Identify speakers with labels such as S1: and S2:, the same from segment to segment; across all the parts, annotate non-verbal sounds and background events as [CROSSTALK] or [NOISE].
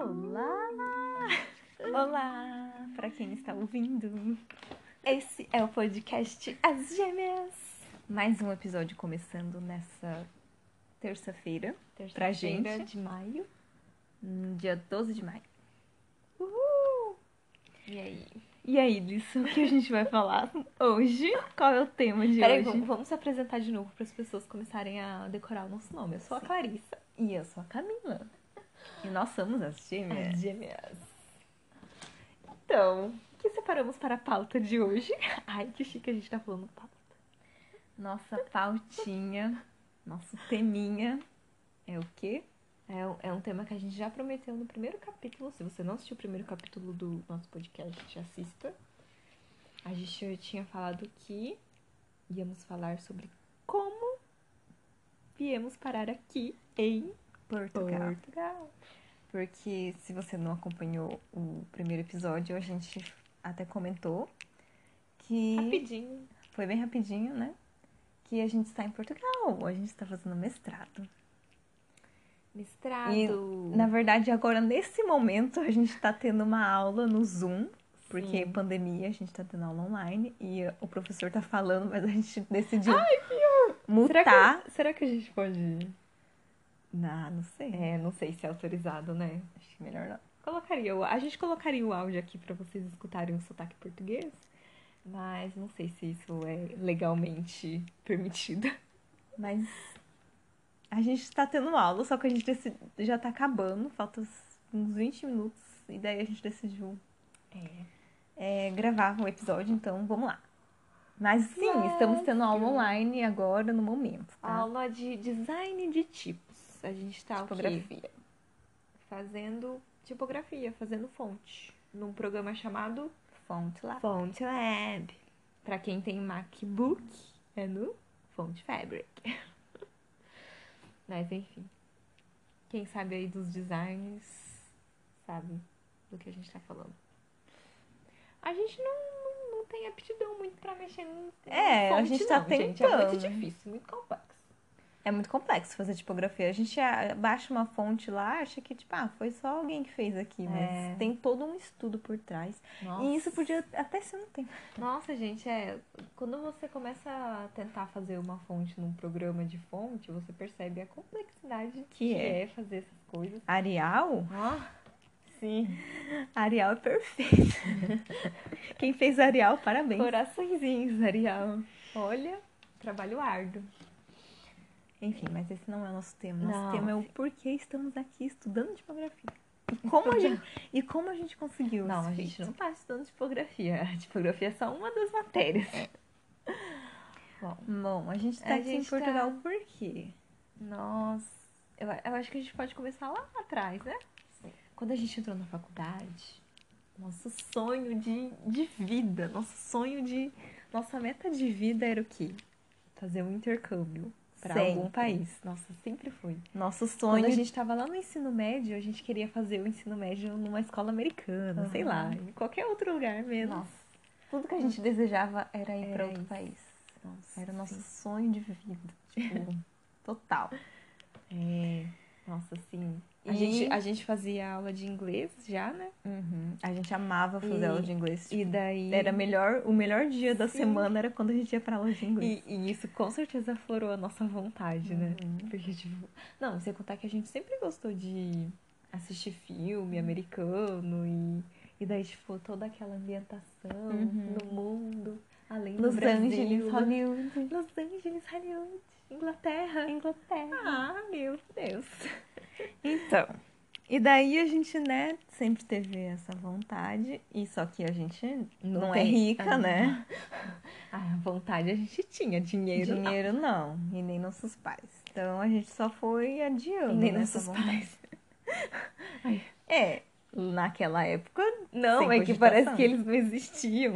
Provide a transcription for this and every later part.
S1: Olá!
S2: Olá, para quem está ouvindo. Esse é o podcast As Gêmeas. Mais um episódio começando nessa terça-feira, Pra
S1: Terça-feira
S2: gente.
S1: de maio.
S2: hum, dia 12 de maio.
S1: E aí?
S2: E aí, disso o que a gente vai falar hoje? Qual é o tema de
S1: Peraí,
S2: hoje?
S1: vamos, vamos se apresentar de novo para as pessoas começarem a decorar o nosso nome. Eu sou a
S2: Sim.
S1: Clarissa.
S2: E eu sou a Camila. E nós somos as gêmeas.
S1: As gêmeas. Então, o que separamos para a pauta de hoje? [LAUGHS] Ai, que chique a gente tá falando pauta.
S2: Nossa pautinha, nosso teminha é o quê?
S1: É, um- é um tema que a gente já prometeu no primeiro capítulo. Se você não assistiu o primeiro capítulo do nosso podcast, assista. A gente tinha falado que íamos falar sobre como viemos parar aqui em
S2: Portugal.
S1: Portugal.
S2: Porque se você não acompanhou o primeiro episódio, a gente até comentou que
S1: Rapidinho.
S2: foi bem rapidinho, né? Que a gente está em Portugal, a gente está fazendo mestrado.
S1: Mestrado.
S2: Na verdade, agora nesse momento a gente está tendo uma aula no Zoom, porque
S1: Sim.
S2: pandemia, a gente está tendo aula online e o professor tá falando, mas a gente [LAUGHS] decidiu mutar.
S1: Será que, será que a gente pode.
S2: Ah, não sei.
S1: É, não sei se é autorizado, né?
S2: Acho que melhor não.
S1: Colocaria, o- a gente colocaria o áudio aqui para vocês escutarem o sotaque português, mas não sei se isso é legalmente permitido.
S2: Mas a gente tá tendo aula, só que a gente decid- já tá acabando, falta uns- uns 20 minutos, e daí a gente decidiu
S1: É.
S2: é, gravar um episódio, então vamos lá. Mas sim,
S1: Let's
S2: estamos tendo aula
S1: go.
S2: online agora no momento, tá?
S1: Aula de design de tipos. A gente tá o quê?
S2: Tipografia.
S1: fazendo tipografia, fazendo fonte, num programa chamado
S2: Fonte lá.
S1: Font Lab. Para quem tem MacBook, é no Font Fabric. [LAUGHS] Mas enfim. Quem sabe aí dos designs, sabe do que a gente tá falando. A gente não, não, não tem aptidão muito pra mexer no
S2: É, a gente tá
S1: É muito
S2: tentando.
S1: difícil, muito complexo.
S2: É muito complexo fazer tipografia. A gente ah, baixa uma fonte lá, acha que, tipo, ah, foi só alguém que fez aqui, mas
S1: É.
S2: tem todo um estudo por trás. E isso podia até ser um tempo.
S1: Nossa, gente, é. Quando você começa a tentar fazer uma fonte num programa de fonte, você percebe a complexidade que,
S2: é.
S1: é. fazer essas coisas.
S2: Arial?
S1: Ah, sim.
S2: Arial
S1: [LAUGHS]
S2: é perfeito. Quem fez Arial, parabéns.
S1: Coraçõezinhos, Arial. Olha, trabalho árduo.
S2: Enfim, mas esse não é o nosso tema. Nosso
S1: Não.
S2: tema é o porquê estamos aqui estudando tipografia. E como a gente, e como a gente conseguiu
S1: Não,
S2: esse
S1: a gente
S2: feito.
S1: não tá estudando tipografia. A tipografia é só uma das matérias. Bom,
S2: Bom, a gente tá
S1: A
S2: aqui em
S1: gente tá-
S2: Portugal por quê?
S1: nós. Eu, eu acho que a gente pode começar lá atrás, né? Quando a gente entrou na faculdade,
S2: Nosso sonho de, de vida, nosso sonho de. Nossa meta de vida era o quê?
S1: fazer um intercâmbio pra algum
S2: Sempre.
S1: país. Nossa, sempre foi.
S2: Nosso
S1: Quando
S2: sonho.
S1: a gente tava lá no ensino médio, a gente queria fazer o ensino médio numa escola americana, sei lá, em qualquer outro lugar mesmo.
S2: Nossa, tudo que a gente desejava era ir
S1: Era
S2: pra outro
S1: isso.
S2: país.
S1: Nossa,
S2: Era o nosso
S1: sim.
S2: sonho de vida.
S1: [LAUGHS]
S2: Tipo, total.
S1: Nossa, sim. A,
S2: E-
S1: gente, a gente fazia aula de inglês já, né?
S2: Uhum. A gente amava fazer
S1: E-
S2: aula de inglês. tipo,
S1: E daí.
S2: Era melhor, o melhor dia da
S1: Sim.
S2: semana era quando a gente ia pra aula de inglês.
S1: e, e isso com certeza aflorou a nossa vontade, né?
S2: Uhum.
S1: Porque, tipo. Não, sem contar que a gente sempre gostou de assistir
S2: Uhum.
S1: filme americano e. E daí, tipo, toda aquela ambientação
S2: Uhum.
S1: no mundo, além
S2: Los
S1: do Brasil.
S2: Angeles, Hollywood.
S1: Los Angeles, Hollywood, Inglaterra.
S2: Inglaterra.
S1: Ah, meu Deus.
S2: Então. E daí a gente, né, sempre teve essa vontade. E só que a gente não, é
S1: tem-
S2: rica,
S1: Ah,
S2: né?
S1: Ah, vontade a gente tinha, dinheiro. não.
S2: Dinheiro não. E nem nossos pais. Então a gente só foi adiando.
S1: Nem
S2: nessa
S1: nossos
S2: vontade.
S1: pais.
S2: É. Naquela época.
S1: Não,
S2: Sem
S1: é que parece
S2: cogitação.
S1: que eles não existiam.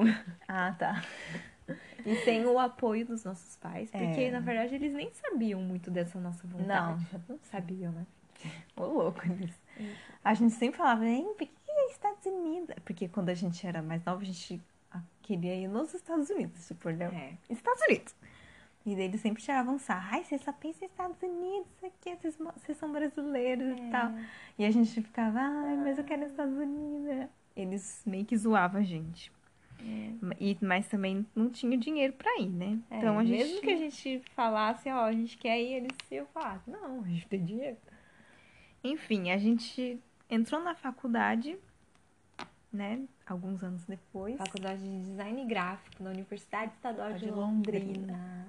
S2: Ah, tá.
S1: E sem o apoio dos nossos pais, porque
S2: É.
S1: na verdade eles nem sabiam muito dessa nossa
S2: Não.
S1: vontade. Não. Sabiam, né?
S2: Ô, louco isso. A gente sempre falava, hein, por que é Estados Unidos? Porque quando a gente era mais nova, a gente ah, queria ir nos Estados Unidos, tipo, né?
S1: É.
S2: Estados Unidos. E daí eles sempre tiravam sarro. Ai, vocês só pensam nos Estados Unidos, isso aqui, vocês, mo- vocês são brasileiros
S1: É.
S2: e tal. E a gente ficava, ai, mas eu quero ir nos Estados Unidos. Eles meio que zoavam a gente. E, mas também não tinha dinheiro pra ir, né?
S1: É,
S2: então a gente.
S1: Mesmo que a gente falasse, ó, a gente quer ir, eles iam falar, Ah, não, a gente tem dinheiro.
S2: Enfim, a gente entrou na faculdade, né? Alguns anos depois.
S1: Faculdade de Design Gráfico na Universidade Estadual de
S2: De
S1: Londrina.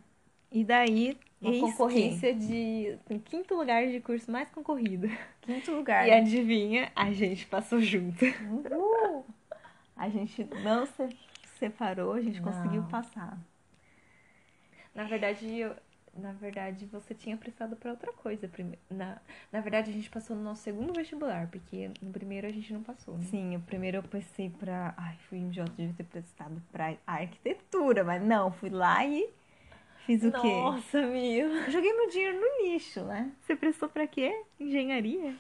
S2: E daí.
S1: Uma
S2: eis que,
S1: concorrência de em quinto lugar de curso mais concorrido.
S2: Quinto lugar.
S1: E adivinha, a gente passou junto.
S2: Uhul! A gente não se separou, a gente
S1: Não.
S2: conseguiu passar.
S1: Na verdade, eu- na verdade você tinha prestado pra outra coisa. prime- Na, na verdade, a gente passou no nosso segundo vestibular, porque no primeiro a gente não passou. Né?
S2: Sim, o primeiro eu pensei pra. Ai, fui idiota, devia ter prestado pra arquitetura, mas não, fui lá e fiz o quê?
S1: Nossa, meu.
S2: Joguei meu dinheiro no lixo, né?
S1: Você prestou pra quê? Engenharia?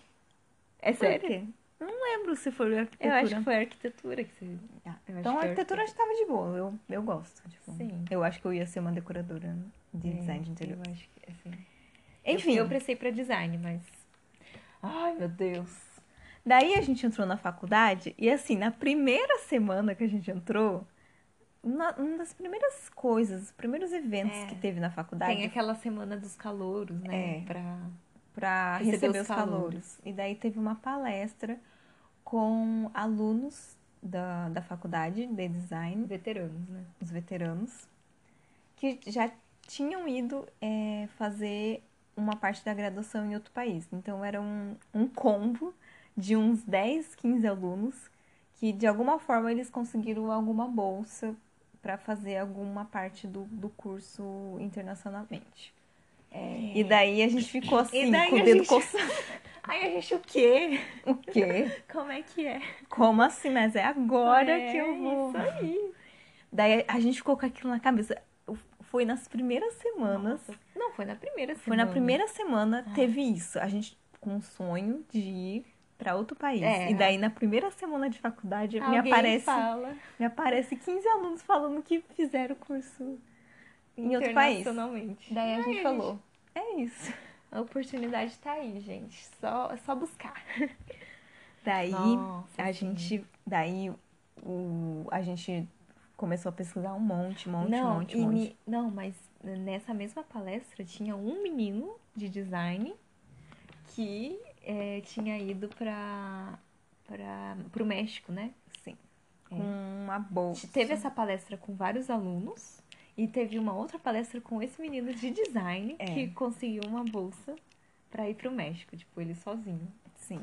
S1: É
S2: Foi o
S1: sério?
S2: quê? Não lembro se foi
S1: Eu
S2: arquitetura.
S1: acho que foi arquitetura que você.
S2: Ah,
S1: Eu acho
S2: É então, a
S1: que é
S2: arquitetura eu acho que tava de boa. Eu, eu gosto. Tipo,
S1: Sim. É,
S2: Eu acho que eu ia ser uma decoradora de é design de interior.
S1: Eu acho que, assim.
S2: Enfim,
S1: Eu, eu prestei pra design, mas. Ai, meu Deus.
S2: daí a gente entrou na faculdade e, assim, na primeira semana que a gente entrou, uma, uma das primeiras coisas, os primeiros eventos
S1: É.
S2: que teve na faculdade
S1: Tem aquela semana dos calouros, né?
S2: É.
S1: Pra.
S2: para
S1: Receber
S2: receber
S1: os
S2: os calouros. E daí teve uma palestra com alunos da, da faculdade de design
S1: veteranos, né?
S2: os veteranos, que já tinham ido eh, fazer uma parte da graduação em outro país. Então era um, um combo de uns 10, 15 alunos que de alguma forma eles conseguiram alguma bolsa para fazer alguma parte do, do curso internacionalmente. É, E daí a gente ficou assim,
S1: É. daí
S2: com o
S1: a
S2: dedo
S1: gente- [LAUGHS]
S2: coçando.
S1: Ai, a gente o quê?
S2: O quê?
S1: Como é que é?
S2: Como assim? Mas é agora que eu vou.
S1: Isso aí.
S2: Daí a gente ficou com aquilo na cabeça. Foi nas primeiras semanas.
S1: Nossa. Não, foi na primeira semana.
S2: Foi na primeira semana,
S1: É.
S2: teve isso. A gente com um sonho de ir pra outro país.
S1: É.
S2: E daí na primeira semana de faculdade
S1: Alguém
S2: me aparece,
S1: fala
S2: me aparece 15 alunos falando que fizeram o curso em outro país.
S1: Internacionalmente.
S2: Daí a
S1: Ai,
S2: gente falou, é isso.
S1: A oportunidade tá aí, gente. Só, é só buscar.
S2: Daí
S1: Nossa,
S2: a
S1: sim.
S2: gente, daí o a gente começou a pesquisar um monte, um monte, um
S1: não, e
S2: monte, um monte.
S1: ni- não, mas nessa mesma palestra tinha um menino de design que eh, tinha ido para o México, né?
S2: Sim. Com uma bolsa.
S1: Teve essa palestra com vários alunos e teve uma outra palestra com esse menino de design
S2: É.
S1: que conseguiu uma bolsa para ir para o México, tipo, ele sozinho.
S2: Sim.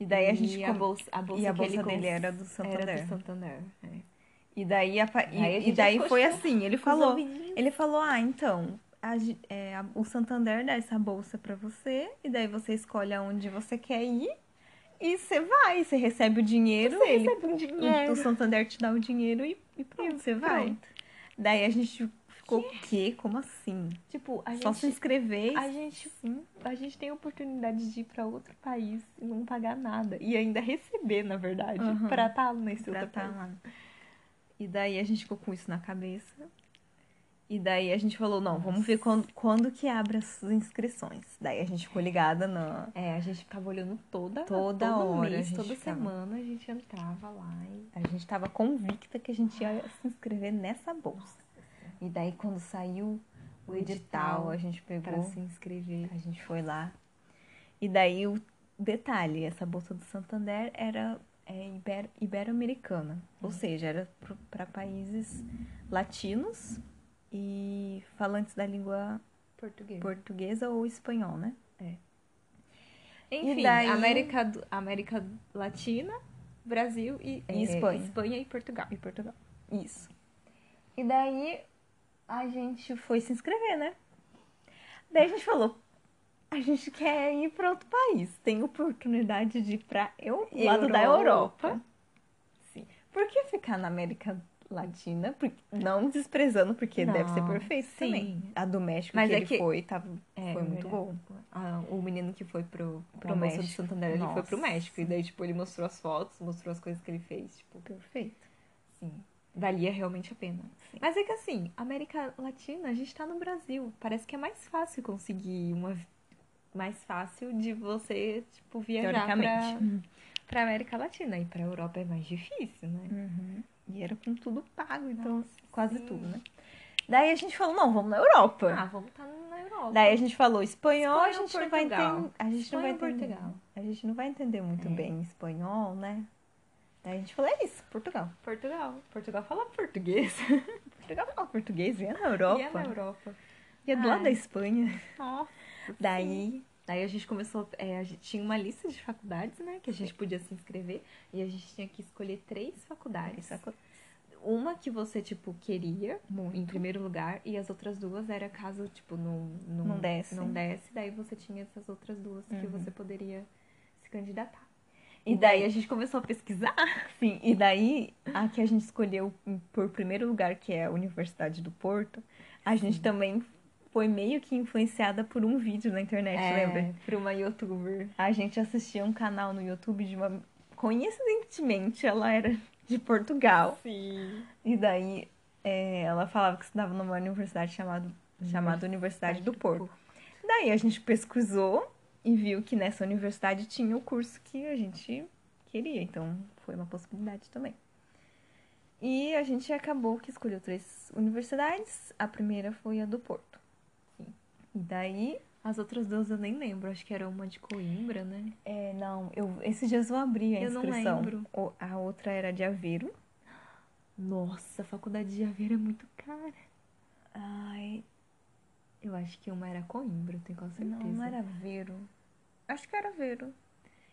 S2: E daí a gente
S1: e a
S2: com-
S1: bolsa, a bolsa,
S2: e a
S1: que ele
S2: bolsa dele
S1: cons-
S2: era do Santander.
S1: Era do Santander. é.
S2: E daí, a, pa- e,
S1: Aí a
S2: e
S1: gente
S2: daí
S1: ficou
S2: foi
S1: chocado
S2: assim,
S1: Com
S2: ele
S1: os
S2: falou,
S1: ouvidinhos.
S2: ele falou, ah, então, a ge- é, a- o Santander dá essa bolsa pra você, e daí você escolhe aonde você quer ir, e você vai, você recebe o dinheiro,
S1: Você
S2: e,
S1: recebe um
S2: e o
S1: dinheiro.
S2: Santander te dá o dinheiro e, e pronto, você vai.
S1: pronto.
S2: Daí a gente ficou, o quê? Como assim?
S1: Tipo, a
S2: Só se
S1: gente
S2: inscrever.
S1: A gente, a gente tem a oportunidade de ir pra outro país e não pagar nada. E ainda receber, na verdade,
S2: Aham.
S1: pra estar nesse
S2: pra
S1: outro
S2: tá
S1: país.
S2: lá. E daí a gente ficou com isso na cabeça. E daí a gente falou, não, vamos ver quando, quando que abre as inscrições. Daí a gente ficou ligada na.
S1: É, a gente ficava olhando toda,
S2: Toda
S1: todo
S2: hora a
S1: mês,
S2: gente
S1: toda
S2: ficava.
S1: semana a gente entrava lá e...
S2: A gente tava convicta que a gente ia se inscrever nessa bolsa. E daí quando saiu o
S1: O
S2: edital,
S1: edital
S2: a gente
S1: pra
S2: pegou,
S1: se inscrever.
S2: a gente foi lá. E daí o detalhe, essa bolsa do Santander era é, ibero- ibero-americana. Ou seja, era para países latinos e falantes da língua
S1: Português.
S2: portuguesa ou espanhol, né?
S1: Enfim,
S2: daí-
S1: América, do- América Latina, Brasil e,
S2: E
S1: é,
S2: Espanha.
S1: Espanha e Portugal.
S2: E Portugal. Isso. E daí a gente foi se inscrever, né? Daí a gente falou, a gente quer ir para outro país. Tem oportunidade de ir para eu lado da
S1: Europa.
S2: Europa. Sim. Por que ficar na América Latina? Por- não desprezando, porque
S1: Não,
S2: deve ser perfeito
S1: sim.
S2: também. A do México
S1: Mas
S2: que
S1: é
S2: ele
S1: que-
S2: foi, tava,
S1: É,
S2: foi muito
S1: verdade.
S2: bom.
S1: Ah, o menino que foi pro, pro
S2: Pro
S1: almoço do
S2: México.
S1: Santander, ele foi pro
S2: Nossa.
S1: México. E daí, tipo, ele mostrou as fotos, mostrou as coisas que ele fez, tipo...
S2: Perfeito.
S1: Sim. Valia realmente a pena. Mas é que assim, América Latina, a gente tá no Brasil. Parece que é mais fácil conseguir uma. Mais fácil de você, tipo, viajar pra,
S2: Teoricamente.
S1: pra América Latina. E pra Europa é mais difícil, né?
S2: Uhum. E era com tudo pago, então
S1: Nossa,
S2: quase
S1: sim.
S2: tudo, né? Daí a gente falou, não, vamos na Europa.
S1: Ah, vamos estar na Europa.
S2: Daí a gente falou espanhol,
S1: Espanha
S2: a gente
S1: ou
S2: não vai
S1: Portugal?
S2: entender. A gente não vai
S1: Espanha ou
S2: entender.
S1: Portugal?
S2: A gente não vai entender muito
S1: É.
S2: bem espanhol, né? Daí a gente falou, é isso, Portugal.
S1: Portugal. Portugal fala português. [LAUGHS]
S2: Portugal fala português, ia na Europa.
S1: E é na Europa. Ah,
S2: Ia do lado
S1: Ai.
S2: da Espanha.
S1: Nossa.
S2: Daí.
S1: Daí a gente começou, é, a gente tinha uma lista de faculdades, né, que a gente podia se inscrever e a gente tinha que escolher três faculdades.
S2: Isso acontece.
S1: Uma que você tipo queria em primeiro lugar e as outras duas era caso tipo não não,
S2: Não desse.
S1: não desse, daí você tinha essas outras duas que
S2: Uhum.
S1: você poderia se candidatar.
S2: E daí a gente.
S1: gente começou a
S2: [LAUGHS]
S1: pesquisar.
S2: Uhum. Sim, e daí a que a gente escolheu por primeiro lugar, que é a Universidade do Porto, a gente também foi meio que influenciada por um vídeo na
S1: É,
S2: internet,
S1: né,
S2: lembra?
S1: pra uma youtuber.
S2: A gente assistia um canal no YouTube de uma. Coincidentemente, ela era de Portugal.
S1: Sim.
S2: E daí é, ela falava que estudava numa universidade chamado, chamada Universidade do Porto. Daí a gente pesquisou e viu que nessa universidade tinha o curso que a gente queria. Então foi uma possibilidade também. E a gente acabou que escolheu três universidades. A primeira foi a do Porto. Sim. E daí
S1: As outras duas eu nem lembro, acho que era uma de Coimbra, né?
S2: É, não, eu, esses dias eu abri a
S1: Eu não
S2: inscrição.
S1: lembro.
S2: O- a outra era de Aveiro.
S1: Nossa, a faculdade de Javeira é muito cara.
S2: Ai,
S1: Eu acho que uma era Coimbra, eu tenho quase certeza.
S2: não, não era Aveiro. Acho que era Aveiro.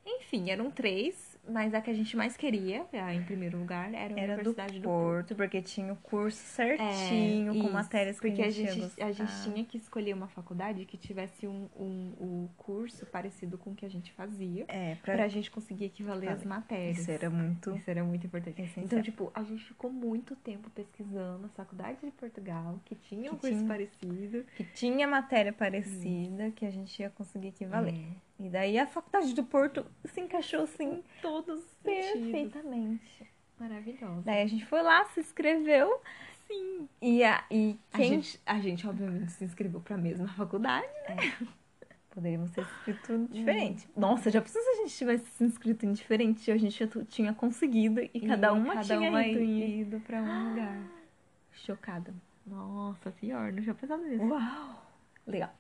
S1: Enfim, eram três, mas a que a gente mais queria, a- em primeiro lugar, era a
S2: Era do
S1: Universidade
S2: Porto,
S1: do Porto.
S2: porque tinha o curso
S1: É,
S2: certinho, com
S1: isso,
S2: matérias que
S1: porque
S2: a gente,
S1: a
S2: ia
S1: gente, a gente
S2: gostar.
S1: tinha que escolher uma faculdade que tivesse um, um, um curso parecido com o que a gente fazia,
S2: É, pra...
S1: pra, gente conseguir equivaler as
S2: Vale.
S1: matérias.
S2: Isso era muito...
S1: Isso era muito importante.
S2: Essencial.
S1: Então, tipo, a gente ficou muito tempo pesquisando a faculdade de Portugal, que tinha um
S2: Que
S1: curso
S2: tinha.
S1: parecido.
S2: Que tinha matéria parecida, que a gente ia conseguir equivaler.
S1: É.
S2: E daí a Faculdade do Porto se encaixou, assim,
S1: Todos perfeitos.
S2: perfeitamente.
S1: Maravilhosa.
S2: Daí a gente foi lá, se inscreveu,
S1: Sim.
S2: e, a, e
S1: A
S2: quem
S1: gente, a gente, obviamente, se inscreveu pra mesma faculdade. né?
S2: É.
S1: Hum.
S2: Poderíamos ter se inscrito diferente. Nossa, já pensou se a gente tivesse se inscrito em diferente? A gente já tu- tinha conseguido e, cada uma
S1: cada
S2: tinha
S1: uma
S2: ido. em-
S1: ido pra um
S2: [GASPS]
S1: lugar.
S2: Chocada.
S1: Nossa, pior, não tinha pensado nisso.
S2: Uau! Legal.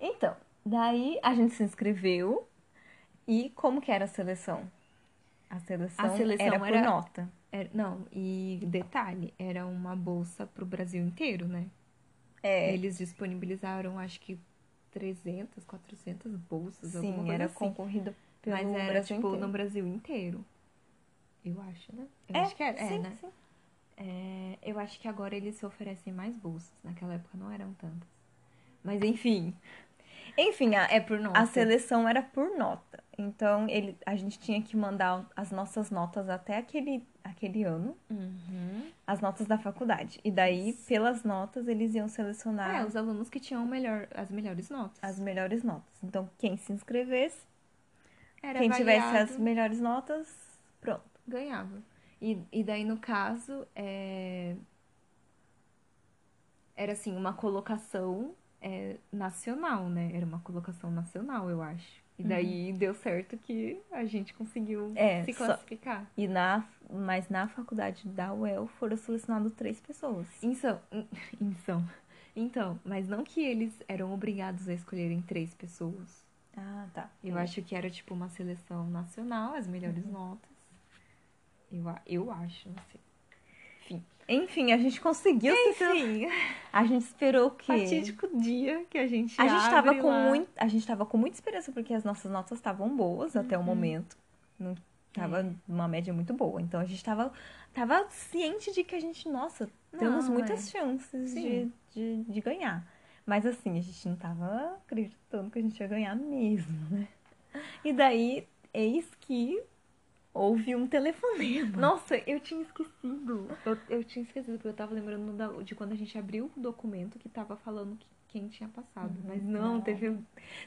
S2: Então, daí a gente se inscreveu. E como que era a seleção? A seleção,
S1: A seleção
S2: era por
S1: era-
S2: nota.
S1: Era- É, não, e detalhe, era uma bolsa pro Brasil inteiro, né?
S2: É,
S1: Eles disponibilizaram, acho que 300, 400 bolsas, alguma
S2: sim,
S1: coisa
S2: era
S1: assim.
S2: concorrido pelo
S1: Mas era,
S2: Brasil
S1: tipo,
S2: inteiro.
S1: no Brasil inteiro. Eu acho, né? Eu
S2: É,
S1: acho que era, é,
S2: sim,
S1: né?
S2: sim.
S1: É, eu acho que agora eles oferecem mais bolsas. Naquela época não eram tantas. Mas enfim,
S2: Enfim, a,
S1: é por nota.
S2: A seleção era por nota. Então, ele, a gente tinha que mandar as nossas notas até aquele, aquele ano,
S1: Uhum.
S2: as notas da faculdade. E daí, pelas notas, eles iam
S1: É,
S2: selecionar
S1: os alunos que tinham o melhor, as melhores notas.
S2: Tá. as melhores notas. Então, quem se inscrevesse,
S1: Era
S2: quem tivesse
S1: avaliado,
S2: as melhores notas, pronto.
S1: ganhava. E, e daí, no caso, é, era assim, uma colocação é, nacional, né? Era uma colocação nacional, eu acho. E daí deu certo que a gente conseguiu
S2: Uhum. É,
S1: se
S2: só-
S1: classificar.
S2: E na, mas na faculdade da UEL foram selecionadas três pessoas.
S1: Então, [LAUGHS] então, então, mas não que eles eram obrigados a escolherem três pessoas.
S2: Ah, tá.
S1: Eu acho que era tipo uma seleção nacional, as melhores
S2: Uhum.
S1: notas. Eu, a- eu acho, não sei.
S2: Enfim, a gente conseguiu. se-
S1: Enfim,
S2: A gente esperou que.
S1: fatídico dia que a gente
S2: A gente tava
S1: abre
S2: com
S1: lá.
S2: muito, a gente tava com muita esperança porque as nossas notas estavam boas até
S1: Uhum.
S2: o momento. Não tava
S1: É.
S2: numa média muito boa. Então a gente tava tava ciente de que a gente, nossa, temos
S1: Não, é.
S2: muitas chances de,
S1: Sim.
S2: de, de ganhar. Mas assim, a gente não tava acreditando que a gente ia ganhar mesmo, né? E daí, eis que houve um telefonema.
S1: Nossa, eu tinha esquecido. Eu, eu tinha esquecido, porque eu tava lembrando da- de quando a gente abriu o documento que tava falando que- quem tinha passado. Mas Uhum. não,
S2: Não.
S1: teve,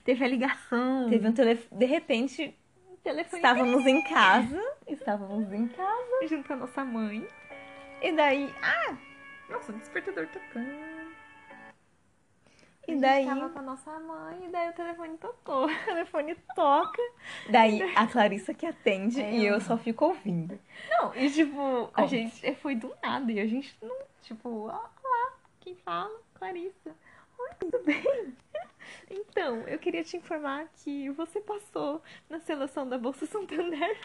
S1: teve a ligação.
S2: Teve um telefone. De repente,
S1: um telefone
S2: estávamos em casa. Estávamos em casa.
S1: junto com a nossa mãe.
S2: E daí. Ah,
S1: Nossa, o despertador tocando.
S2: e daí.
S1: A gente tava com a nossa mãe, e daí o telefone tocou. [LAUGHS]
S2: O telefone toca. Daí a Clarissa que atende
S1: É,
S2: e eu
S1: eu-
S2: só fico ouvindo.
S1: Não, e tipo, a
S2: Como?
S1: gente foi do nada, e a gente não, tipo, ó lá, quem fala? Clarissa. Oi, tudo bem? [LAUGHS] Então, eu queria te informar que você passou na seleção da Bolsa [LAUGHS] Santander.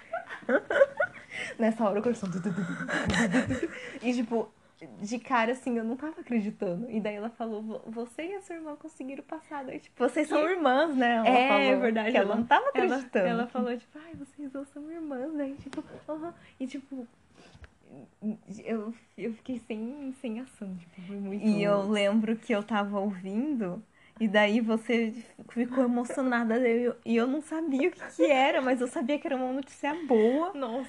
S2: Nessa hora o coração. tu, tu, tu, tu, tu, tu, tu. E tipo, de cara assim, eu não tava acreditando. E daí ela falou: "Vo- Você e a sua irmã conseguiram passar. Daí, tipo, vocês são
S1: Que-
S2: irmãs, né? Ela
S1: É,
S2: falou,
S1: verdade,
S2: Que ela,
S1: ela-
S2: não tava
S1: Ela,
S2: acreditando.
S1: ela falou, tipo, ai, vocês duas são irmãs, né? E, tipo, aham. E tipo, eu, eu fiquei sem, sem ação, tipo, foi muito.
S2: E eu lembro que eu tava ouvindo, e daí você ficou emocionada, e eu, e eu não sabia o que, que era, mas eu sabia que era uma notícia boa.
S1: Nossa.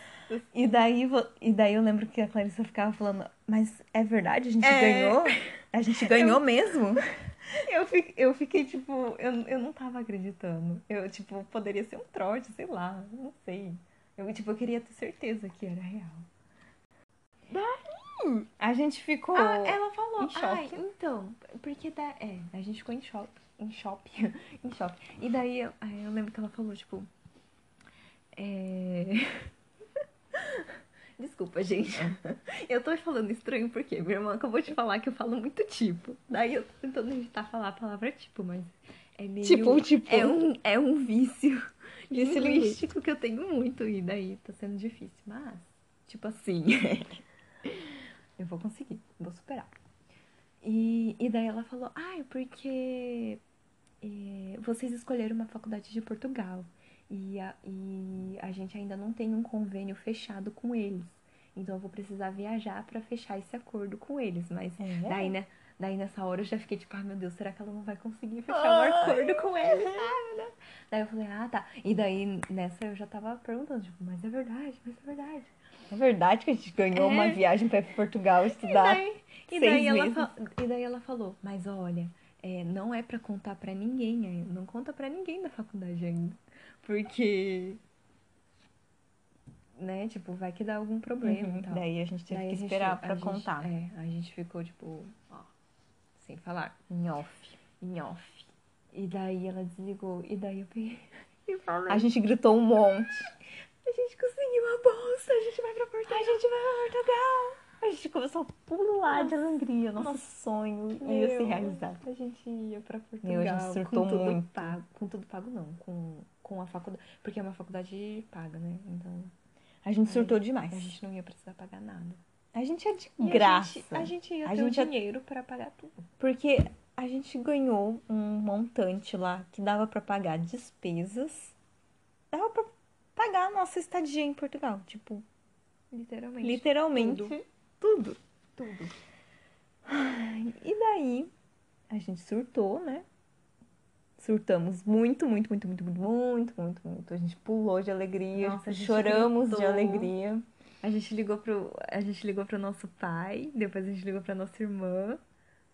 S2: E daí, vo- e daí eu lembro que a Clarissa ficava falando, mas é verdade, a gente
S1: É.
S2: ganhou? A gente ganhou mesmo?
S1: Eu, fi- eu fiquei, tipo, eu, eu não tava acreditando. Eu, tipo, poderia ser um trote, sei lá, não sei. Eu, tipo, eu queria ter certeza que era real.
S2: A gente ficou.
S1: Ah, ela falou.
S2: em choque.
S1: "Ai, então, porque da, é, a gente ficou em choque, em choque, [LAUGHS] em choque. E daí, eu, aí eu lembro que ela falou, tipo, é... Desculpa, gente.
S2: É.
S1: [LAUGHS] Eu tô falando estranho porque minha irmã acabou de falar que eu falo muito tipo. Daí eu tô tentando evitar falar a palavra tipo, mas é meio...
S2: Tipo, tipo.
S1: É um, é um
S2: [LAUGHS]
S1: vício
S2: Vício
S1: linguístico que eu tenho muito e daí tá sendo difícil. Mas, tipo assim, [LAUGHS] eu vou conseguir, vou superar. E, e daí ela falou, ai, porque eh, vocês escolheram uma faculdade de Portugal e a, e a gente ainda não tem um convênio fechado com eles. Então eu vou precisar viajar pra fechar esse acordo com eles, mas
S2: É.
S1: Daí, né? Daí nessa hora eu já fiquei tipo, ai meu Deus, será que ela não vai conseguir fechar um acordo com ele? Ai, meu Deus. Daí eu falei, ah, tá. E daí nessa eu já tava perguntando, tipo, mas é verdade, mas é verdade.
S2: É verdade que a gente ganhou
S1: É.
S2: uma viagem pra Portugal
S1: E
S2: estudar.
S1: daí, e
S2: seis
S1: daí ela
S2: meses.
S1: fa- e daí ela falou, mas olha, é, não é pra contar pra ninguém, ainda, não conta pra ninguém da faculdade ainda. Porque. Né, tipo, vai que dá algum problema
S2: Uhum.
S1: e tal.
S2: Daí a gente teve
S1: então, Daí
S2: que
S1: a gente-
S2: esperar
S1: a
S2: pra
S1: gente-
S2: contar.
S1: É, a gente ficou tipo, ó, sem falar.
S2: Em off.
S1: em off. E daí ela desligou. E daí eu peguei e falei:
S2: A gente gritou um monte.
S1: "A gente conseguiu a bolsa, a gente vai pra Portugal.
S2: A gente vai pra Portugal! A gente começou a pular de alegria. Nosso sonho ia se
S1: Meu,
S2: realizar.
S1: A gente ia pra Portugal.
S2: Meu, a gente surtou
S1: com tudo
S2: muito.
S1: Pago, com tudo pago, não. Com, com a faculdade. Porque é uma faculdade paga, né? Então
S2: A gente surtou
S1: a
S2: demais.
S1: gente não ia precisar pagar nada.
S2: A gente é de
S1: E a
S2: graça.
S1: gente- A gente, ia
S2: A
S1: ter o
S2: gente ia-
S1: dinheiro pra pagar tudo.
S2: Porque a gente ganhou um montante lá que dava pra pagar despesas. Dava pra pagar a nossa estadia em Portugal. Tipo,
S1: Literalmente.
S2: literalmente
S1: Tudo.
S2: tudo.
S1: Tudo.
S2: E daí, a gente surtou, né? Surtamos muito, muito, muito, muito, muito, muito, muito, muito. A gente pulou de alegria, tipo,
S1: Nossa, a gente
S2: choramos de
S1: gritou.
S2: alegria.
S1: A gente ligou pro, a gente ligou pro nosso pai, depois a gente ligou pra nossa irmã,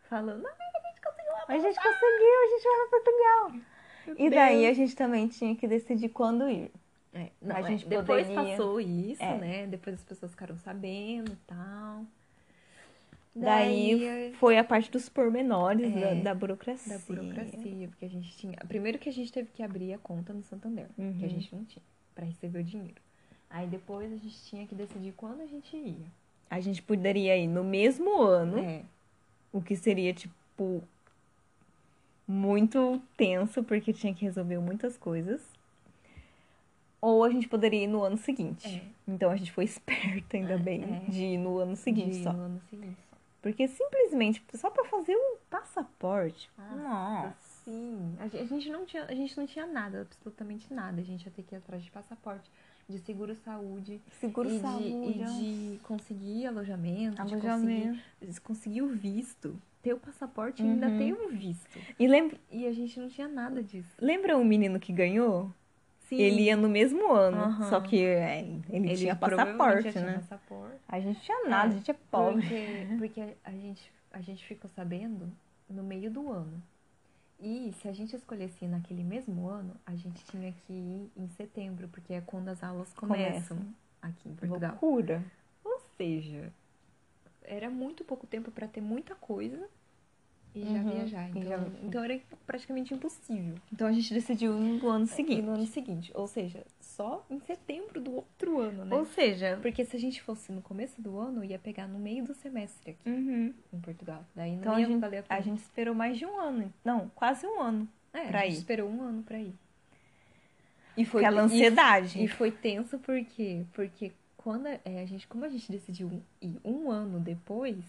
S1: falando, ah, ai, a gente conseguiu a
S2: A gente conseguiu, a gente vai pra Portugal.
S1: Meu
S2: E daí
S1: Deus.
S2: a gente também tinha que decidir quando ir.
S1: É, não,
S2: a
S1: a
S2: gente
S1: gente depois
S2: poderia-
S1: passou isso,
S2: É.
S1: né? Depois as pessoas ficaram sabendo e tal.
S2: Daí,
S1: Daí,
S2: foi a parte dos pormenores
S1: É,
S2: da, da burocracia.
S1: da burocracia, porque a gente tinha. Primeiro que a gente teve que abrir a conta no Santander,
S2: Uhum.
S1: que a gente não tinha, pra receber o dinheiro. Aí depois a gente tinha que decidir quando a gente ia.
S2: A gente poderia ir no mesmo ano,
S1: É,
S2: o que seria, tipo, muito tenso, porque tinha que resolver muitas coisas. Ou a gente poderia ir no ano seguinte.
S1: É.
S2: Então a gente foi [LAUGHS] esperta, ainda bem,
S1: É.
S2: de ir no ano seguinte
S1: de ir
S2: só.
S1: no ano seguinte só.
S2: Porque simplesmente, só pra fazer um passaporte.
S1: Ah,
S2: Nossa.
S1: Sim, a gen- a gente não tinha, a gente não tinha nada, absolutamente nada. A gente ia ter que ir atrás de passaporte, de seguro saúde,
S2: Seguro
S1: e,
S2: saúde. é.
S1: de, e de conseguir alojamento, de
S2: Alojamento.
S1: conseguir, de conseguir o visto, ter o passaporte e ainda
S2: Uhum.
S1: ter o visto.
S2: E lembra,
S1: E a gente não tinha nada disso.
S2: lembra o menino que ganhou?
S1: Sim,
S2: Ele ia no mesmo ano,
S1: Aham.
S2: só que é, ele, tinha
S1: provavelmente
S2: passaporte,
S1: já tinha
S2: né?
S1: passaporte.
S2: A gente tinha nada, a gente é pobre.
S1: Porque, porque a, a gente, a gente ficou sabendo no meio do ano. E se a gente escolhesse ir naquele mesmo ano, a gente tinha que ir em setembro, porque é quando as aulas começam aqui em Portugal.
S2: Loucura.
S1: Ou seja, era muito pouco tempo pra ter muita coisa e já
S2: Uhum,
S1: viajar.
S2: e
S1: Então,
S2: já-
S1: então era praticamente impossível.
S2: Então a gente decidiu no ano
S1: E
S2: seguinte.
S1: no um ano seguinte, ou seja, só em setembro do outro ano, né?
S2: um Ou seja,
S1: Porque se a gente fosse no começo do ano, ia pegar no meio do semestre aqui
S2: uhum,
S1: em Portugal. Daí não
S2: Então, a
S1: ia
S2: gente-
S1: valer a pena.
S2: a gente esperou mais de um ano. Não, quase um ano.
S1: É,
S2: pra
S1: a gente
S2: ir.
S1: esperou um ano pra ir. E foi
S2: Aquela
S1: e-
S2: ansiedade.
S1: E foi tenso por quê? Porque quando a, é, a gente, como a gente decidiu ir um ano depois,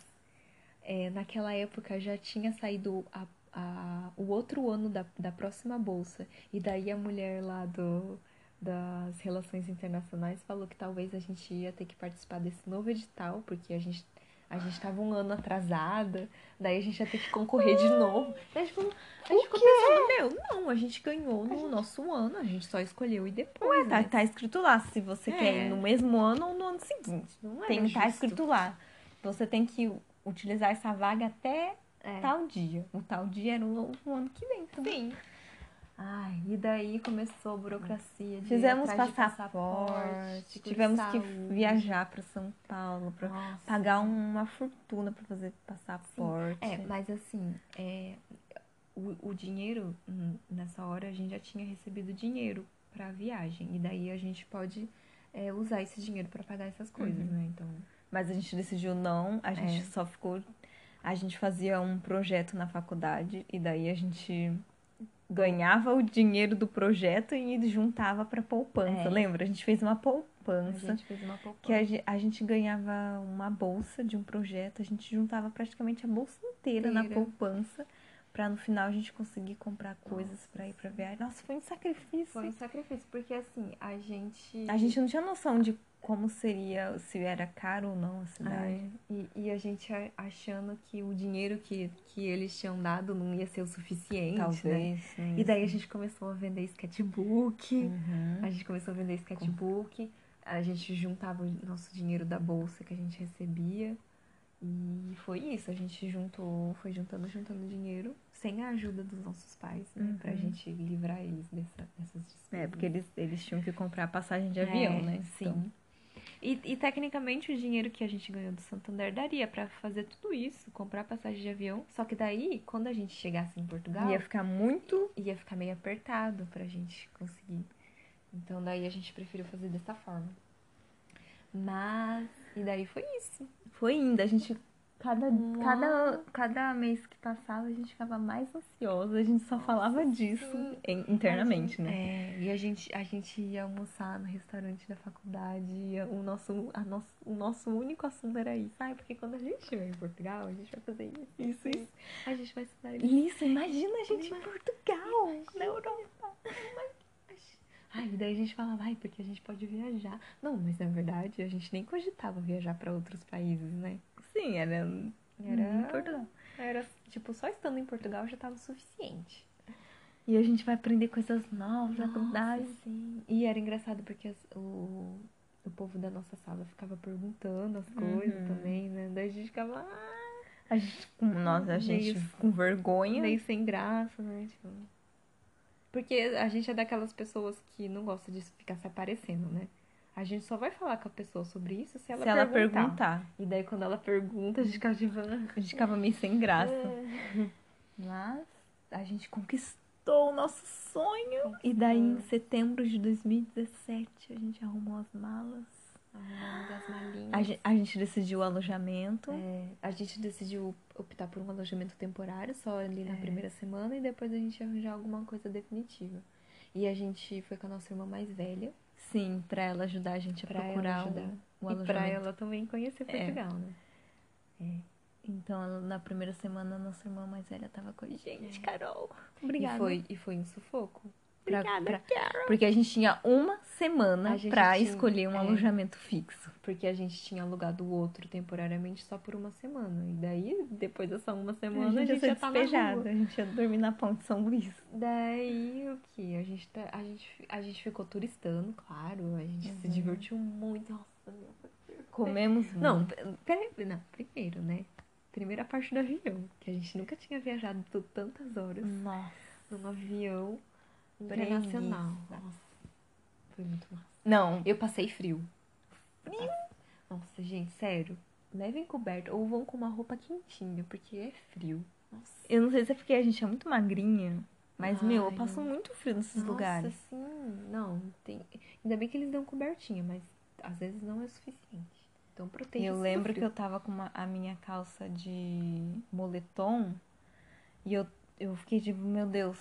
S1: é, naquela época já tinha saído a- a- o outro ano da, da próxima bolsa. E daí a mulher lá do, das relações internacionais falou que talvez a gente ia ter que participar desse novo edital, porque a gente a gente tava um ano atrasada, daí a gente ia ter que concorrer de novo. Daí a gente falou, a gente ficou pensando, meu, não, a gente ganhou no nosso ano, a gente só escolheu e depois.
S2: Ué, tá,
S1: né?
S2: tá escrito lá se você
S1: É.
S2: quer ir no mesmo ano ou no ano seguinte.
S1: Não
S2: Tem,
S1: era
S2: tá
S1: justo.
S2: escrito lá. Você tem que utilizar essa vaga até
S1: É.
S2: tal dia. O tal dia era o, o ano que vem, então.
S1: Sim. Ai, e daí começou a burocracia. De
S2: Fizemos
S1: atrás de
S2: passaporte,
S1: seguro
S2: tivemos que
S1: saúde.
S2: viajar pra São Paulo pra
S1: Nossa.
S2: pagar um uma fortuna pra fazer passaporte.
S1: É, mas assim, é, o, o dinheiro, hum, nessa hora a gente já tinha recebido dinheiro pra viagem. E daí a gente pode é, usar esse dinheiro pra pagar essas coisas,
S2: Uhum.
S1: né? Então,
S2: Mas a gente decidiu não, a gente
S1: É.
S2: só ficou. A gente fazia um projeto na faculdade e daí a gente ganhava o dinheiro do projeto e juntava pra poupança.
S1: É.
S2: Lembra? A gente fez uma
S1: a
S2: poupança.
S1: gente fez uma poupança.
S2: Que a ge- a gente ganhava uma bolsa de um projeto, a gente juntava praticamente a bolsa inteira na
S1: Inteira.
S2: poupança pra no final a gente conseguir comprar coisas pra ir pra viagem. Nossa, foi um sacrifício.
S1: Foi um sacrifício, porque assim, a gente.
S2: A gente não tinha noção de como seria, se era caro ou não a cidade.
S1: É, e, e a gente a- achando que o dinheiro que, que eles tinham dado não ia ser o suficiente, né?
S2: Talvez. né?
S1: E daí a gente começou a vender sketchbook.
S2: Uhum.
S1: A gente começou a vender sketchbook, a gente juntava o nosso dinheiro da bolsa que a gente recebia. E foi isso, a gente juntou, foi juntando, juntando dinheiro, sem a ajuda dos nossos pais, né? Pra
S2: Uhum.
S1: gente livrar eles dessa, dessas despesas.
S2: É, porque eles, eles tinham que comprar passagem de avião,
S1: Uhum. É,
S2: né?
S1: Sim. E, e, tecnicamente o dinheiro que a gente ganhou do Santander daria pra fazer tudo isso, comprar passagem de avião. Só que daí, quando a gente chegasse em Portugal,
S2: Então, ia ficar muito.
S1: ia ficar meio apertado pra gente conseguir. Então daí a gente preferiu fazer dessa forma. Mas e daí foi isso.
S2: Foi ainda, a gente. Cada,
S1: Nossa.
S2: cada, cada mês que passava a gente ficava mais ansiosa, a gente só falava disso
S1: sim.
S2: em- internamente, né?
S1: É, e a gente a gente ia almoçar no restaurante da faculdade, ia- o nosso a nosso o nosso único assunto era isso. Ai, porque quando a gente estiver em Portugal, a gente vai fazer isso, isso, isso. A gente vai estudar isso.
S2: Lisa, imagina a gente em
S1: Imagina.
S2: Portugal, na Europa.
S1: Ai, e daí a gente falava, ai, porque a gente pode viajar. Não, mas na verdade a gente nem cogitava viajar pra outros países, né?
S2: Sim, era,
S1: Era
S2: em Portugal.
S1: Era, tipo, só estando em Portugal já tava o suficiente.
S2: E a gente vai aprender coisas novas na faculdade.
S1: Nossa, sim. E era engraçado porque as- o, o povo da nossa sala ficava perguntando as coisas
S2: Uhum.
S1: também, né? Daí a gente ficava, ah,
S2: A gente, com- nossa, a gente
S1: Meio-
S2: com vergonha.
S1: meio sem graça, né? Tipo, porque a gente é daquelas pessoas que não gosta de ficar se aparecendo, né? A gente só vai falar com a pessoa sobre isso se ela,
S2: se ela
S1: perguntar.
S2: perguntar.
S1: E daí quando ela pergunta, a gente ficava tipo... "Ah,
S2: A gente ficava meio sem graça.
S1: é."
S2: Mas a gente conquistou o nosso sonho. E daí, em setembro de 2017, a gente arrumou as malas.
S1: "Ah, Arrumamos as
S2: A
S1: malinhas.
S2: gente, decidiu o alojamento.
S1: É, a gente decidiu optar por um alojamento temporário, só ali na
S2: É.
S1: primeira semana, e depois a gente ia arranjar alguma coisa definitiva. E a gente foi com a nossa irmã mais velha
S2: Sim, pra ela ajudar a gente a
S1: pra ela
S2: procurar o-
S1: ajudar.
S2: o,
S1: um- e pra
S2: alojamento.
S1: ela também conhecer
S2: É.
S1: Portugal, né?
S2: Então, ela- na primeira semana, nossa irmã mais velha tava com a gente. Carol,
S1: É. E
S2: obrigada.
S1: foi, e foi um sufoco. Pra-
S2: Obrigada,
S1: pra-
S2: Porque a gente tinha uma semana
S1: A gente
S2: pra
S1: tinha-
S2: escolher um
S1: é.
S2: alojamento fixo.
S1: porque a gente tinha alugado o outro temporariamente só por uma semana. E daí, depois dessa uma semana, a gente, já tá na rua.
S2: A gente ia dormir na ponte São Luís.
S1: Daí o que? A gente, tá- a gente, a gente ficou turistando, claro. A gente se divertiu muito. Nossa, meu, foi
S2: Comemos
S1: Não,
S2: muito.
S1: pe- peraí, não, primeiro, né? Primeira parte do avião, que a gente nunca tinha viajado tu- tantas horas
S2: Nossa.
S1: num avião internacional.
S2: Preguiça.
S1: Nossa, foi muito massa.
S2: Não,
S1: Eu passei frio. Frio? Nossa, gente, sério. levem coberto ou vão com uma roupa quentinha, porque é frio.
S2: Nossa. Eu não sei se é porque a gente é muito magrinha, mas,
S1: Ai,
S2: meu, eu passo muito frio nesses
S1: Nossa,
S2: lugares.
S1: sim. Não, tem... ainda bem que eles dão cobertinha, mas às vezes não é o suficiente. Então protege
S2: eu lembro que eu tava com uma- a minha calça de moletom e eu, eu fiquei tipo, meu Deus,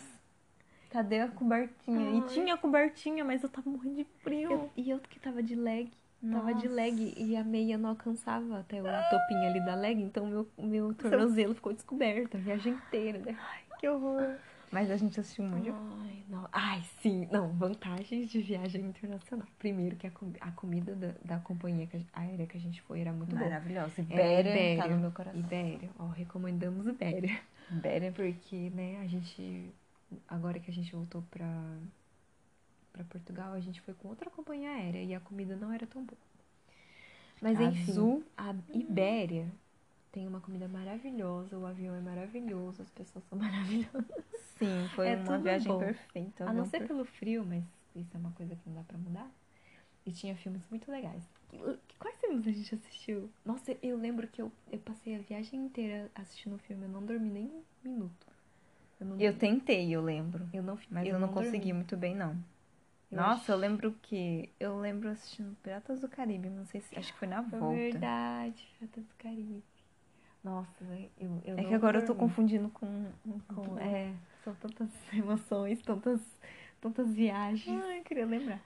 S2: cadê a cobertinha?
S1: Ai.
S2: E tinha a cobertinha, mas eu tava morrendo de frio.
S1: eu... E eu que tava de leg. Tava de
S2: Nossa.
S1: leg e a meia não alcançava até a topinha ali da leg, então meu, meu tornozelo ficou descoberto a viagem inteira. Né?
S2: Que horror. Mas a gente assistiu muito.
S1: Ai, não. Ai, sim. Não, vantagens de viagem internacional. Primeiro que a, com- a comida da, da companhia que a- aérea que a gente foi era muito boa.
S2: Maravilhosa.
S1: Ibéria,
S2: Ibéria,
S1: tá
S2: tá
S1: no
S2: no meu coração.
S1: Ibéria, ó, recomendamos Ibéria.
S2: Ibéria.
S1: Porque, É, né, a gente. Agora que a gente voltou pra, pra Portugal, a gente foi com outra companhia aérea e a comida não era tão boa. Mas enfim,
S2: Azul.
S1: a Ibéria tem uma comida maravilhosa, o avião é maravilhoso, as pessoas são [LAUGHS] maravilhosas.
S2: Sim, foi
S1: É
S2: uma
S1: tudo
S2: viagem
S1: bom.
S2: perfeita. um
S1: a não
S2: avião
S1: ser
S2: perfeito.
S1: pelo frio, mas isso é uma coisa que não dá pra mudar. E tinha filmes muito legais. Que- Quais filmes a gente assistiu? Nossa, eu lembro que eu, eu passei a viagem inteira assistindo o filme, eu não dormi nem um minuto. Eu não
S2: Eu tentei, eu lembro.
S1: Eu não, fi-
S2: Mas eu, não,
S1: dormi.
S2: consegui muito bem, não.
S1: Eu
S2: Nossa,
S1: acho-
S2: eu lembro que. Eu lembro assistindo Piratas do Caribe, não sei se. Acho que foi na
S1: Foi
S2: volta.
S1: É verdade, Piratas do Caribe. Nossa, eu, eu
S2: É
S1: não
S2: que agora eu tô
S1: dormi
S2: confundindo com.
S1: com- é, são tantas [LAUGHS] emoções, tantas, tantas viagens.
S2: Ai, eu queria lembrar.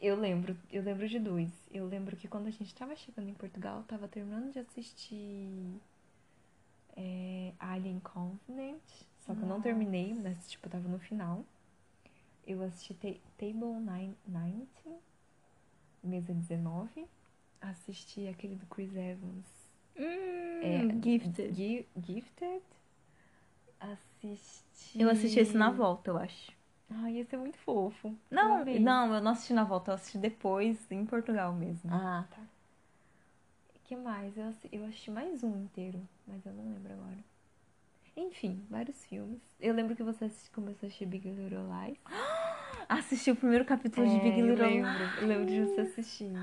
S1: Eu lembro, eu lembro de dois. Eu lembro que quando a gente tava chegando em Portugal, eu tava terminando de assistir é, Alien Covenant. Só que eu não
S2: Nossa.
S1: terminei, mas tipo, eu tava no final. Eu assisti Ta- Table Nine- 19, Mesa 19. Assisti aquele do Chris Evans. Hum,
S2: é, Gifted.
S1: Gi- Gifted. Assisti.
S2: Eu assisti esse na volta, eu acho.
S1: Ai, esse é muito fofo. Eu
S2: Não,
S1: amei.
S2: não, eu não assisti na volta, eu assisti depois, em Portugal mesmo.
S1: Ah, tá. que mais? Eu, assi- eu assisti mais um inteiro, mas eu não lembro agora. Enfim, vários filmes. Eu lembro que você assi- começou a assistir Big Little Lies.
S2: Assisti o primeiro capítulo de
S1: É,
S2: Big
S1: eu
S2: Little
S1: lembro, eu lembro de você assistindo.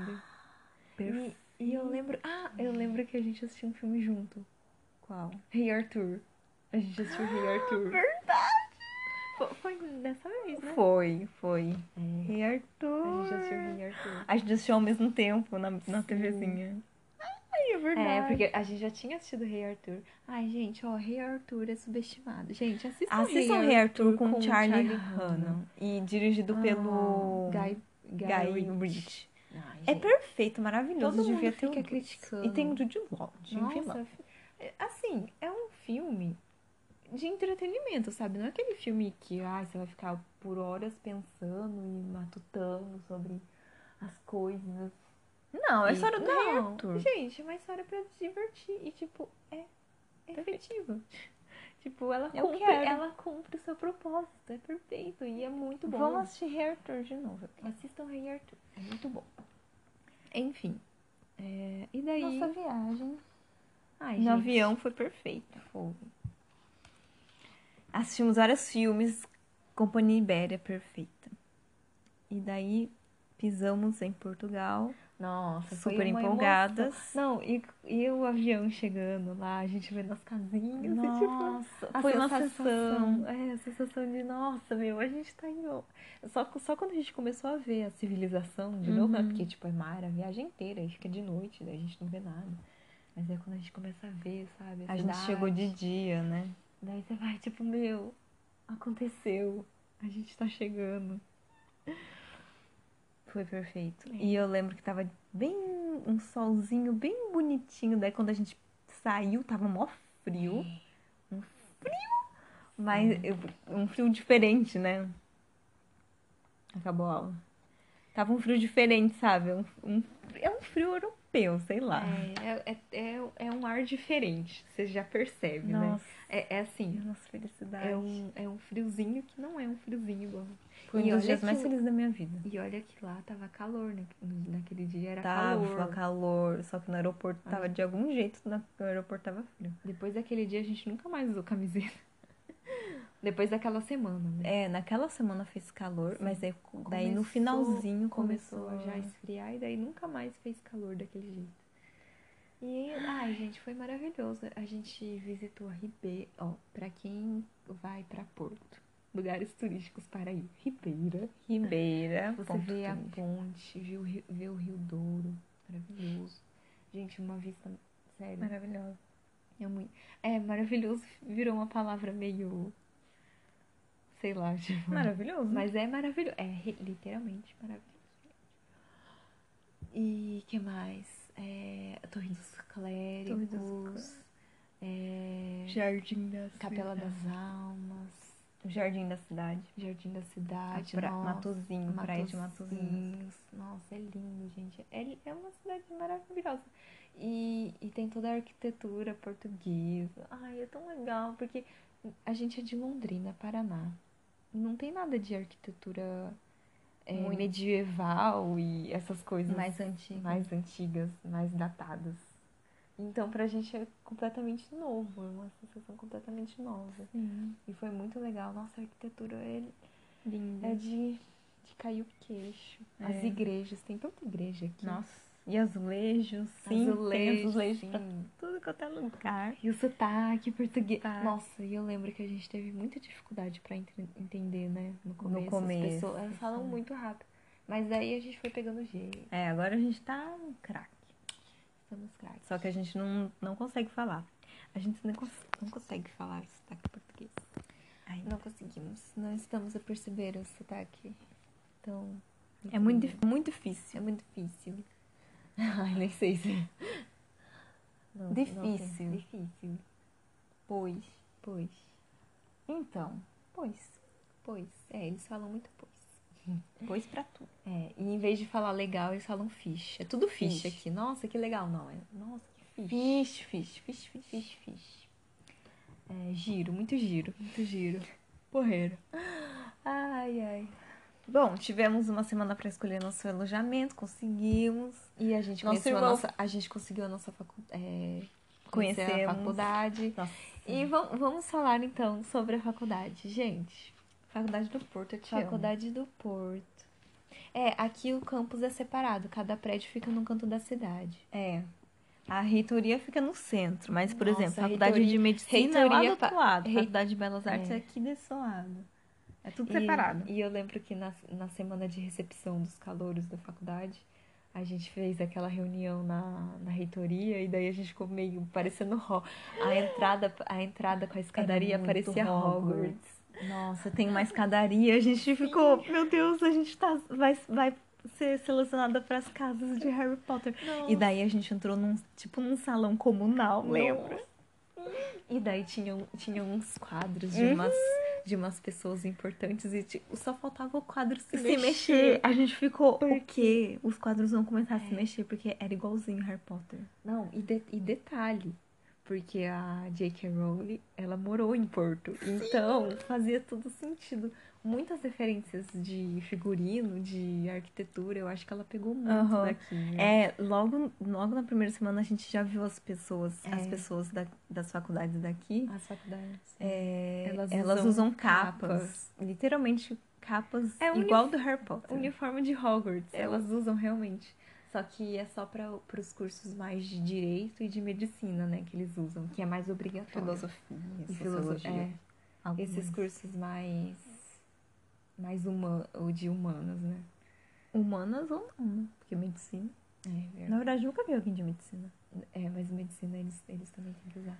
S1: E,
S2: Perfeito.
S1: e eu lembro... Ah, eu lembro que a gente assistiu um filme junto.
S2: Qual?
S1: Rei Arthur. A gente assistiu
S2: Ah,
S1: Rei Arthur. Verdade! Foi, dessa vez, né?
S2: Foi, foi.
S1: É.
S2: E
S1: A
S2: Arthur.
S1: gente assistiu Rei Arthur.
S2: A gente assistiu ao mesmo tempo na, na TVzinha. Ai, é
S1: É, porque a gente já tinha assistido Rei Arthur. Ai, gente, ó, Rei Arthur é subestimado. Gente, assistam
S2: Assistam
S1: Rei
S2: Rei Arthur com,
S1: com
S2: Charlie,
S1: Charlie
S2: Hunnam. E dirigido
S1: Ah,
S2: pelo
S1: Guy, Guy,
S2: Guy
S1: Ritchie.
S2: Ritchie.
S1: Ai,
S2: É
S1: gente,
S2: perfeito, maravilhoso.
S1: Todo
S2: devia
S1: mundo
S2: ter o
S1: fica
S2: dois.
S1: criticando.
S2: E tem um o Jude Law. de vilão.
S1: Nossa, é- assim, é um filme de entretenimento, sabe? Não é aquele filme que, ai, você vai ficar por horas pensando e matutando sobre as coisas.
S2: Não, é a história do
S1: Não,
S2: Rei Arthur.
S1: Gente, é uma história pra se divertir. E, tipo, é é efetiva. tipo, ela
S2: Eu
S1: cumpre,
S2: quero.
S1: ela cumpre o seu propósito. É perfeito. E é muito bom.
S2: Vamos assistir Rei Arthur de novo.
S1: Assistam Rei Arthur. É muito bom. Enfim. é, e daí?
S2: viagem.
S1: Ai,
S2: No
S1: gente,
S2: avião foi perfeito.
S1: fogo.
S2: Assistimos vários filmes. Companhia Ibéria, é perfeita. E daí pisamos em Portugal,
S1: Nossa, foi
S2: super
S1: uma emoção.
S2: empolgadas.
S1: Não, e, e o avião chegando lá, a gente vendo as casinhas e tipo.
S2: Nossa, foi uma sensação.
S1: É, a sensação de, nossa, meu, a gente tá em. o- Só, co- só quando a gente começou a ver a civilização de novo, né?
S2: Uhum.
S1: Porque, tipo, é mar a viagem inteira, aí fica de noite, daí a gente não vê nada. Mas é quando a gente começa a ver, sabe?
S2: A gente
S1: cidade.
S2: chegou de dia, né?
S1: Daí você vai, tipo, meu, aconteceu, a gente tá chegando.
S2: Foi perfeito.
S1: É.
S2: E eu lembro que tava bem um solzinho bem bonitinho. Daí quando a gente saiu, tava mó frio. Um frio, mas
S1: Uhum.
S2: eu- um frio diferente, né? Acabou a aula. Tava um frio diferente, sabe? Um, um- é um frio europeu, sei lá.
S1: É, é, é, é um ar diferente, você já percebe, né?
S2: Nossa,
S1: É, é assim,
S2: nossa felicidade.
S1: é um, é um friozinho que não é um friozinho igual.
S2: Foi um
S1: e
S2: dos
S1: olha
S2: dias
S1: que
S2: mais
S1: o-
S2: felizes da minha vida.
S1: E olha que lá tava calor, né? Naquele dia era
S2: Tava
S1: calor. Ah.
S2: calor, só que no aeroporto tava de algum jeito, no aeroporto tava frio.
S1: Depois daquele dia a gente nunca mais usou camiseta. [LAUGHS] Depois daquela semana, né?
S2: É, naquela semana fez calor,
S1: Sim.
S2: mas aí, daí
S1: Começou-
S2: no finalzinho começou,
S1: Começou a já esfriar e daí nunca mais fez calor daquele jeito. E, ai, gente, foi maravilhoso. A gente visitou Ribeira, ó, pra quem vai pra Porto, lugares turísticos para ir. Ribeira.
S2: Ribeira.
S1: Você
S2: ponto
S1: vê a
S2: turístico.
S1: ponte, vê o, rio, vê o Rio Douro. Maravilhoso. Gente, uma vista, sério,
S2: Maravilhosa.
S1: é muito... É, maravilhoso virou uma palavra meio... Sei lá, tipo...
S2: Uhum. Maravilhoso.
S1: Mas é maravilhoso. É re- literalmente maravilhoso. gente. E que mais? É, a Torre dos
S2: Torre
S1: Clérigos.
S2: dos Clérigos.
S1: é,
S2: Jardim da
S1: Capela das Almas.
S2: Jardim da Cidade.
S1: Jardim da Cidade.
S2: Pra...
S1: nossa,
S2: Matozinho. Praia Um de Matozinho.
S1: Matosinhos. Nossa, é lindo, gente. É, li- é uma cidade maravilhosa. E, e tem toda a arquitetura portuguesa. Ai, é tão legal, porque a gente é de Londrina, Paraná. Não tem nada de arquitetura é,
S2: Muito.
S1: medieval e essas coisas
S2: Mais antigo.
S1: mais antigas, mais datadas. Então, pra gente é completamente novo, é uma sensação completamente nova.
S2: Sim.
S1: E foi muito legal. Nossa, a arquitetura é
S2: Lindo.
S1: é de, de cair o queixo. As
S2: É.
S1: igrejas, tem tanta igreja aqui.
S2: Nossa. E azulejos. Sim. tem azulejos
S1: sim.
S2: pra tudo quanto é lugar.
S1: E o sotaque português.
S2: Sotaque.
S1: Nossa, e eu lembro que a gente teve muita dificuldade pra entre- entender, né? No começo. As
S2: começo,
S1: pessoas elas falam
S2: sim.
S1: muito rápido. Mas aí a gente foi pegando jeito.
S2: É, agora a gente tá um craque.
S1: Estamos craques.
S2: Só que a gente não, não consegue falar. A gente não, cons- não consegue falar sotaque português. Ai,
S1: Não conseguimos. Não estamos a perceber o sotaque. Então.
S2: é muito, dif- muito
S1: É
S2: difícil.
S1: muito difícil. [LAUGHS] Ai, nem sei se. Não, não tem.
S2: Difícil.
S1: difícil.
S2: Pois.
S1: Pois.
S2: Então, pois.
S1: Pois, é, eles falam muito pois.
S2: Pois pra tudo.
S1: É, e em vez de falar legal, eles falam fish. É tudo fish,
S2: Fish.
S1: aqui. Nossa, que legal, não. É, nossa, que fish.
S2: Fish, fish, fish, fish.
S1: Fish, fish. É, giro, muito giro, muito giro. Porreiro. Ai, ai.
S2: Bom, tivemos uma semana pra escolher nosso alojamento, conseguimos.
S1: E a gente
S2: Nosso
S1: conheceu a
S2: irmão-
S1: nossa. A gente conseguiu a nossa faculdade. a
S2: Conhecemos.
S1: faculdade.
S2: Nossa.
S1: E vam- vamos falar então sobre a faculdade, gente.
S2: Faculdade do Porto, eu te
S1: Faculdade do Porto. É, aqui o campus é separado, cada prédio fica num canto da cidade.
S2: amo. É. A reitoria fica no centro, mas, por
S1: Nossa,
S2: exemplo,
S1: a
S2: a faculdade
S1: reitoria-
S2: de medicina é lá do
S1: reitoria
S2: outro
S1: pa-
S2: lado.
S1: rei-
S2: Faculdade de Belas Artes
S1: É.
S2: é aqui desse lado. É tudo
S1: E-
S2: separado.
S1: E eu lembro que na, na semana de recepção dos calouros da faculdade, a gente fez aquela reunião na, na reitoria e daí a gente ficou meio parecendo [LAUGHS] Ho- a entrada A entrada com a escadaria
S2: muito
S1: parecia É Hogwarts.
S2: Hogwarts. Nossa, tem uma escadaria. A gente ficou, meu Deus, a gente tá, vai, vai ser selecionada para as casas de Harry Potter. E daí a gente entrou num, tipo, num salão comunal, né? lembra?
S1: E daí tinham, tinham uns quadros de
S2: Uhum.
S1: umas, de umas pessoas importantes e tipo, só faltava o quadro se,
S2: Se mexer. É. a gente ficou,
S1: Por
S2: o quê? Os quadros vão começar a se mexer porque era igualzinho Harry Potter.
S1: Não, e, de- e detalhe, porque a J.K. Rowling, ela morou em Porto, então fazia todo sentido. Muitas referências de figurino, de arquitetura, eu acho que ela pegou muito
S2: Aham.
S1: daqui. né?
S2: É, logo, logo na primeira semana a gente já viu as pessoas,
S1: É.
S2: as pessoas da- das faculdades daqui.
S1: As faculdades.
S2: É,
S1: Elas
S2: elas,
S1: usam
S2: usam, capas, Literalmente capas
S1: É uni-
S2: igual do Harry Potter.
S1: Uniforme de Hogwarts,
S2: É.
S1: elas usam realmente. Só que é só para os cursos mais de direito e de medicina, né, que eles usam, que é mais obrigatório. E filoso- é. Esses cursos mais. mais human, ou de humanas, né?
S2: humanas ou não, né? Porque medicina.
S1: É, verdade.
S2: Na verdade, nunca vi alguém de medicina.
S1: É, mas medicina eles, eles também têm que usar.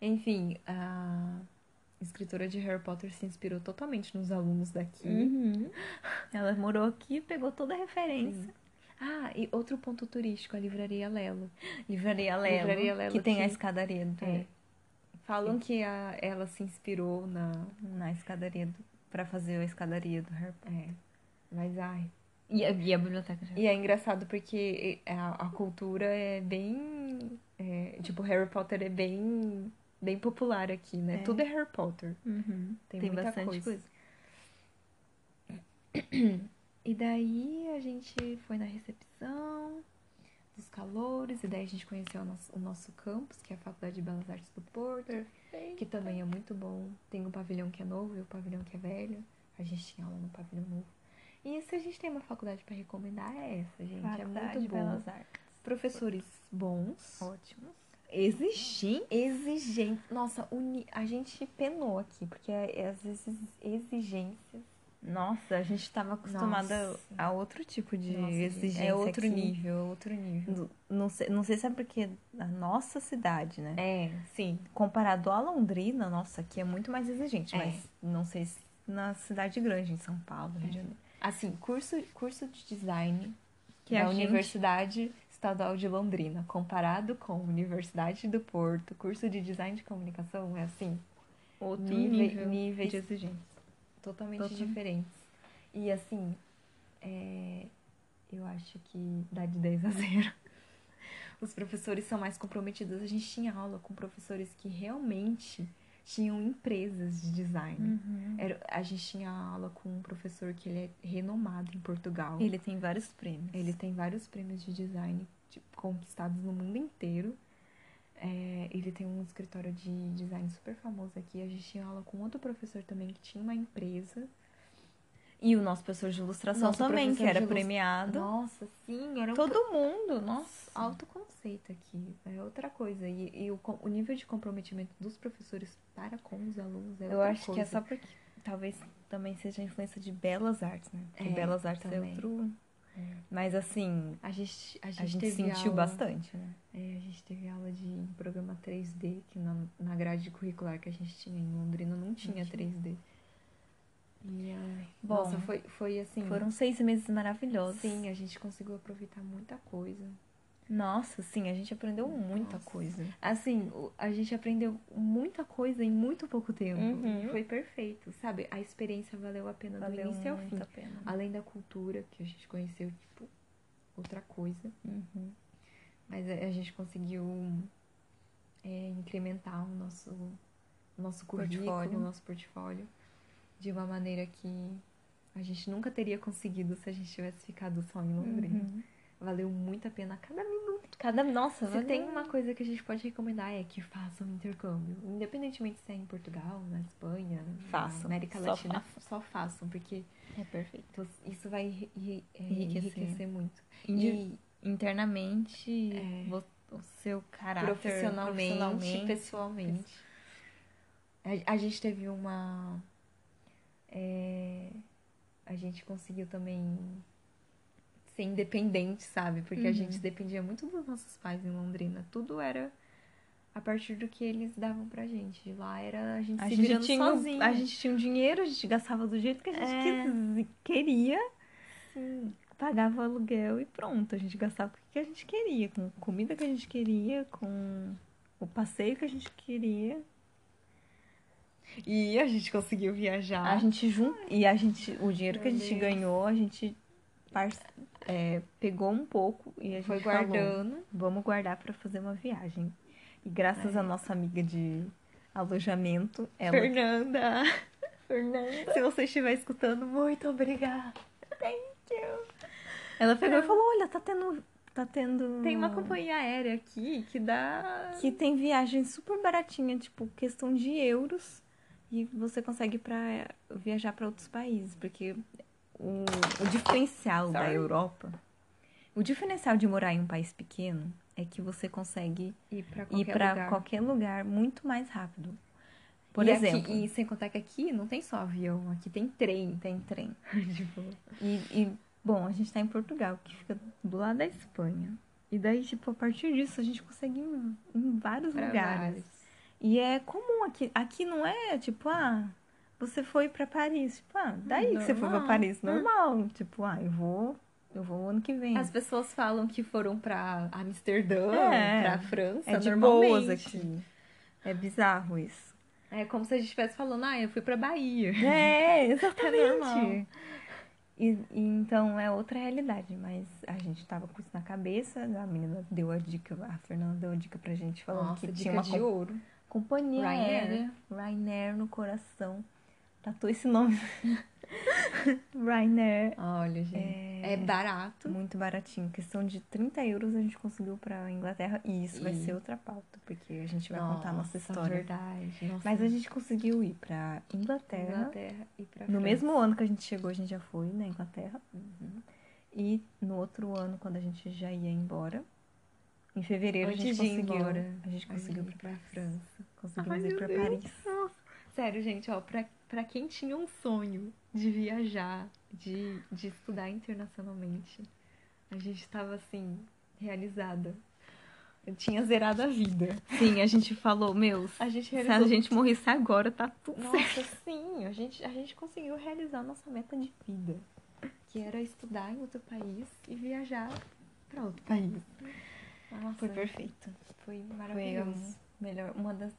S1: Enfim, a escritora de Harry Potter se inspirou totalmente nos alunos daqui.
S2: Uhum. Ela morou aqui, pegou toda a referência.
S1: Ah, e outro ponto turístico, a Livraria Lelo.
S2: Livraria Lelo,
S1: Livraria Lelo
S2: que tem a
S1: que-
S2: escadaria do,
S1: É. Falam que a- ela se inspirou na.
S2: na escadaria do, pra fazer a escadaria do Harry Potter.
S1: É. Mas ai.
S2: E a, e a biblioteca já.
S1: E é engraçado porque a, a cultura é bem. é, tipo, Harry Potter é bem. bem popular aqui, né?
S2: É.
S1: Tudo é Harry Potter.
S2: Uhum.
S1: Tem
S2: Tem,
S1: muita
S2: bastante
S1: coisa.
S2: coisa.
S1: E daí a gente foi na recepção dos calores, e daí a gente conheceu o nosso, o nosso campus, que é a Faculdade de Belas Artes do Porto, que também é muito bom. Tem um pavilhão que é novo e o pavilhão que é velho. A gente tinha aula no pavilhão novo. E se a gente tem uma faculdade pra recomendar, é essa, gente.
S2: Faculdade
S1: é muito
S2: de
S1: boa.
S2: Belas Artes.
S1: professores bons,
S2: Ótimo.
S1: exigentes.
S2: Exigente. Nossa, uni... a gente penou aqui, porque é- às vezes exigências. Nossa, a gente tava acostumada
S1: Nossa.
S2: a outro tipo de
S1: Nossa, gente,
S2: exigência.
S1: é outro
S2: aqui.
S1: nível, é outro nível.
S2: N- Não sei, não sei se é porque a nossa cidade, né?
S1: É, sim.
S2: Comparado à Londrina, nossa, aqui é muito mais exigente,
S1: É.
S2: mas não sei se na cidade grande, em São Paulo, Rio de Janeiro.
S1: Assim, curso, curso de design
S2: Que
S1: da
S2: a gente-
S1: Universidade Estadual de Londrina, comparado com Universidade do Porto, curso de design de comunicação, é assim,
S2: Outro
S1: nível-
S2: nível
S1: níveis
S2: de exigência.
S1: totalmente
S2: Total.
S1: diferentes. E assim, é, eu acho que dá de 10 a [LAUGHS] 0. Os professores são mais comprometidos. A gente tinha aula com professores que realmente tinham empresas de design.
S2: Uhum.
S1: Era- a gente tinha aula com um professor que ele é renomado em Portugal.
S2: Ele tem vários prêmios.
S1: Ele tem vários prêmios de design tipo, conquistados no mundo inteiro. É, ele tem um escritório de design super famoso aqui. A gente tinha aula com outro professor também que tinha uma empresa.
S2: E o nosso professor de ilustração
S1: Nosso
S2: também, que
S1: professor
S2: era
S1: de ilus-
S2: premiado.
S1: Nossa, sim, era um
S2: Todo mundo, nossa.
S1: pro- autoconceito aqui. É outra coisa. E, e o, com- o nível de comprometimento dos professores para com os alunos é
S2: Eu
S1: outra
S2: acho que é
S1: coisa.
S2: só porque talvez também seja a influência de belas artes, né? Porque
S1: É,
S2: belas artes é
S1: também.
S2: outro. Mas assim,
S1: A gente, a gente,
S2: a gente
S1: teve
S2: sentiu
S1: aula-
S2: bastante, né?
S1: É, a gente teve aula de programa 3D, que na, na grade curricular que a gente tinha em Londrina não tinha
S2: tinha.
S1: 3D. E, ai,
S2: Bom,
S1: nossa, foi, foi assim.
S2: Foram seis meses maravilhosos.
S1: Sim, a gente conseguiu aproveitar muita coisa.
S2: Nossa, sim, a gente aprendeu muita
S1: Nossa.
S2: coisa.
S1: Assim, o- a gente aprendeu muita coisa em muito pouco tempo.
S2: Uhum.
S1: E foi perfeito, sabe? A experiência valeu a pena
S2: Valeu
S1: Tá do início ao
S2: muito
S1: fim.
S2: a pena.
S1: Além da cultura, que a gente conheceu, tipo, outra coisa.
S2: Uhum.
S1: Mas a a gente conseguiu é, incrementar o nosso, o nosso currículo,
S2: Portfólio.
S1: o nosso portfólio, de uma maneira que a gente nunca teria conseguido se a gente tivesse ficado só em Londrina.
S2: Uhum.
S1: Valeu muito a pena cada minuto.
S2: Cada. Nossa,
S1: Se
S2: valeu.
S1: tem uma coisa que a gente pode recomendar é que façam intercâmbio. Independentemente se é em Portugal, na Espanha,
S2: Façam.
S1: na América
S2: Só
S1: Latina, só façam, porque então
S2: É perfeito.
S1: isso vai enri- enri- é,
S2: Enriquecer.
S1: enriquecer muito.
S2: Indi-
S1: E-
S2: Internamente,
S1: É.
S2: vo- o seu caráter
S1: profissionalmente,
S2: profissionalmente,
S1: pessoalmente. A, a gente teve uma. é, a gente conseguiu também ser independente, sabe? Porque a
S2: Uhum.
S1: gente dependia muito dos nossos pais em Londrina. Tudo era a partir do que eles davam pra gente. De lá era a gente
S2: A
S1: se
S2: gente,
S1: virando
S2: tinha,
S1: sozinho.
S2: a gente tinha um dinheiro, a gente gastava do jeito que a gente quis- queria,
S1: É. Sim.
S2: pagava o aluguel e pronto. A gente gastava o que a gente queria, com comida que a gente queria, com o passeio que a gente queria.
S1: E a gente conseguiu viajar.
S2: A gente jun... E a gente, o dinheiro que a
S1: Tá. Meu
S2: gente
S1: Deus.
S2: ganhou, a gente par- é, pegou um pouco e a gente
S1: foi
S2: falou,
S1: guardando.
S2: vamos guardar para fazer uma viagem. E graças
S1: É.
S2: à nossa amiga de alojamento, ela [LAUGHS]
S1: Fernanda! Fernanda!
S2: Se você estiver escutando, muito obrigada. Thank you. Ela pegou e falou: olha, tá tendo. Tá tendo.
S1: Tem uma companhia aérea aqui que dá.
S2: Que tem viagem super baratinha, tipo, questão de euros. E você consegue pra, viajar para outros países. Porque o, o diferencial da
S1: Sorry.
S2: Europa. O diferencial de morar em um país pequeno é que você consegue
S1: ir pra
S2: ir
S1: qualquer
S2: para
S1: lugar.
S2: qualquer lugar muito mais rápido. Por
S1: E aqui-
S2: exemplo,
S1: e sem contar que aqui não tem só avião, aqui tem [LAUGHS] trem.
S2: tem trem.
S1: tipo,
S2: E, e, bom, a gente tá em Portugal, que fica do lado da Espanha. E daí, tipo, a partir disso a gente consegue ir em, em vários
S1: pra
S2: lugares.
S1: vários.
S2: E é comum aqui. Aqui não é tipo, ah, você foi pra Paris. Tipo, ah, daí que você foi pra
S1: normal. Hum.
S2: Paris, normal. Tipo, ah, eu vou, eu vou ano que vem.
S1: As pessoas falam que foram pra Amsterdã,
S2: É.
S1: pra França,
S2: é de boas
S1: normalmente.
S2: aqui. É
S1: [LAUGHS]
S2: bizarro isso.
S1: É como se a gente estivesse falando, ah, eu fui pra Bahia.
S2: É, exatamente.
S1: normal.
S2: E, e então é outra realidade, mas a gente tava com isso na cabeça, a menina deu a dica, a Fernanda deu a dica pra gente [LAUGHS] falando
S1: Nossa,
S2: que
S1: dica
S2: tinha uma é.
S1: de
S2: com-
S1: ouro.
S2: companhia né?
S1: Ryanair.
S2: aérea, Ryanair no coração. Tatuou esse nome. [LAUGHS] Ryanair
S1: Olha, gente. É,
S2: é,
S1: barato.
S2: muito baratinho, questão de 30 euros a gente conseguiu pra Inglaterra e isso vai
S1: E-
S2: ser outra pauta, porque a gente vai contar a nossa história.
S1: é verdade. Nossa,
S2: Mas a gente conseguiu ir pra Inglaterra
S1: Inglaterra e pra
S2: no
S1: França.
S2: mesmo ano que a gente chegou, a gente já
S1: Uhum.
S2: foi na Inglaterra. E no outro ano, quando a gente já ia embora, Em fevereiro
S1: Antes
S2: a gente
S1: de ir
S2: conseguiu.
S1: embora.
S2: A gente conseguiu
S1: ir
S2: pra
S1: pra França.
S2: Conseguimos
S1: Ai,
S2: ir
S1: meu
S2: pra
S1: Deus.
S2: Paris.
S1: Sério, gente, ó, pra, pra quem tinha um sonho de viajar, de, de estudar internacionalmente, a gente tava assim, realizada. Eu tinha zerado a vida.
S2: Sim, a gente falou, meu,
S1: A gente
S2: se
S1: realizou.
S2: a gente morresse agora, tá tudo certo.
S1: Nossa, sim, a gente, a gente conseguiu realizar a nossa meta de vida, que era estudar em outro país e viajar pra outro país. Nossa,
S2: Foi
S1: foi,
S2: perfeito.
S1: maravilhoso.
S2: Melhor, uma das.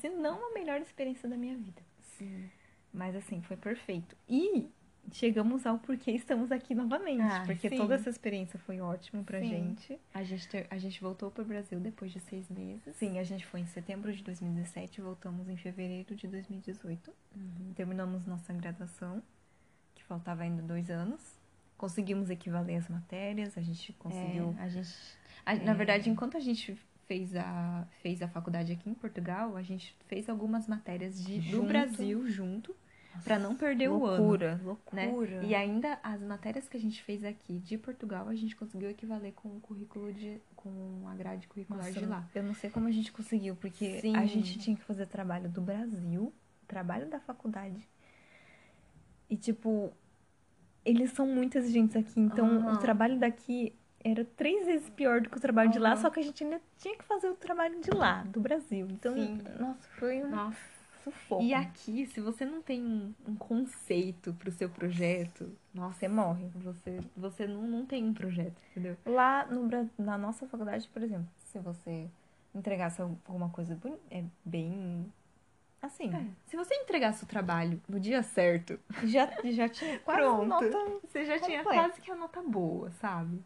S2: Se não a melhor experiência da minha vida.
S1: Sim.
S2: Mas assim, foi perfeito. E chegamos ao porquê estamos aqui novamente.
S1: Ah,
S2: porque
S1: sim.
S2: toda essa experiência foi ótima pra
S1: Sim.
S2: gente.
S1: A gente, ter- a gente voltou pro Brasil depois de seis meses.
S2: Sim, a gente foi em setembro de 2017, voltamos em fevereiro de 2018.
S1: Uhum.
S2: Terminamos nossa graduação, que faltava ainda dois anos. Conseguimos equivaler as matérias, a gente conseguiu.
S1: É, a gente, a- Na verdade, enquanto a gente fez a, fez a faculdade aqui em Portugal, a gente fez algumas matérias de, do
S2: Junto.
S1: Brasil junto, pra não perder o ano.
S2: loucura,
S1: Né?
S2: loucura.
S1: E ainda as matérias que a gente fez aqui de Portugal, a gente conseguiu equivaler com o currículo de. com a grade curricular
S2: Nossa,
S1: de lá.
S2: Eu não sei como a gente conseguiu, porque
S1: Sim.
S2: a gente tinha que fazer trabalho do Brasil, trabalho da faculdade. E, tipo, eles são muito exigentes aqui, então
S1: Aham.
S2: o trabalho daqui era três vezes pior do que o trabalho de lá,
S1: Aham.
S2: só que a gente ainda tinha que fazer o trabalho de lá, do Brasil. Então,
S1: Sim.
S2: nossa, foi um
S1: Nossa.
S2: sufoco.
S1: E aqui, se você não tem um, um conceito pro seu projeto, nossa,
S2: Você morre.
S1: você, você não, não tem um projeto, entendeu?
S2: Lá no, Bra- na nossa faculdade, por exemplo, se você entregasse alguma coisa boni- é bem assim,
S1: É, Se você entregasse o trabalho no dia certo,
S2: [LAUGHS] já,
S1: [LAUGHS]
S2: já tinha quase
S1: Pronto.
S2: nota um.
S1: você já tinha
S2: Completo.
S1: quase que a nota boa, sabe?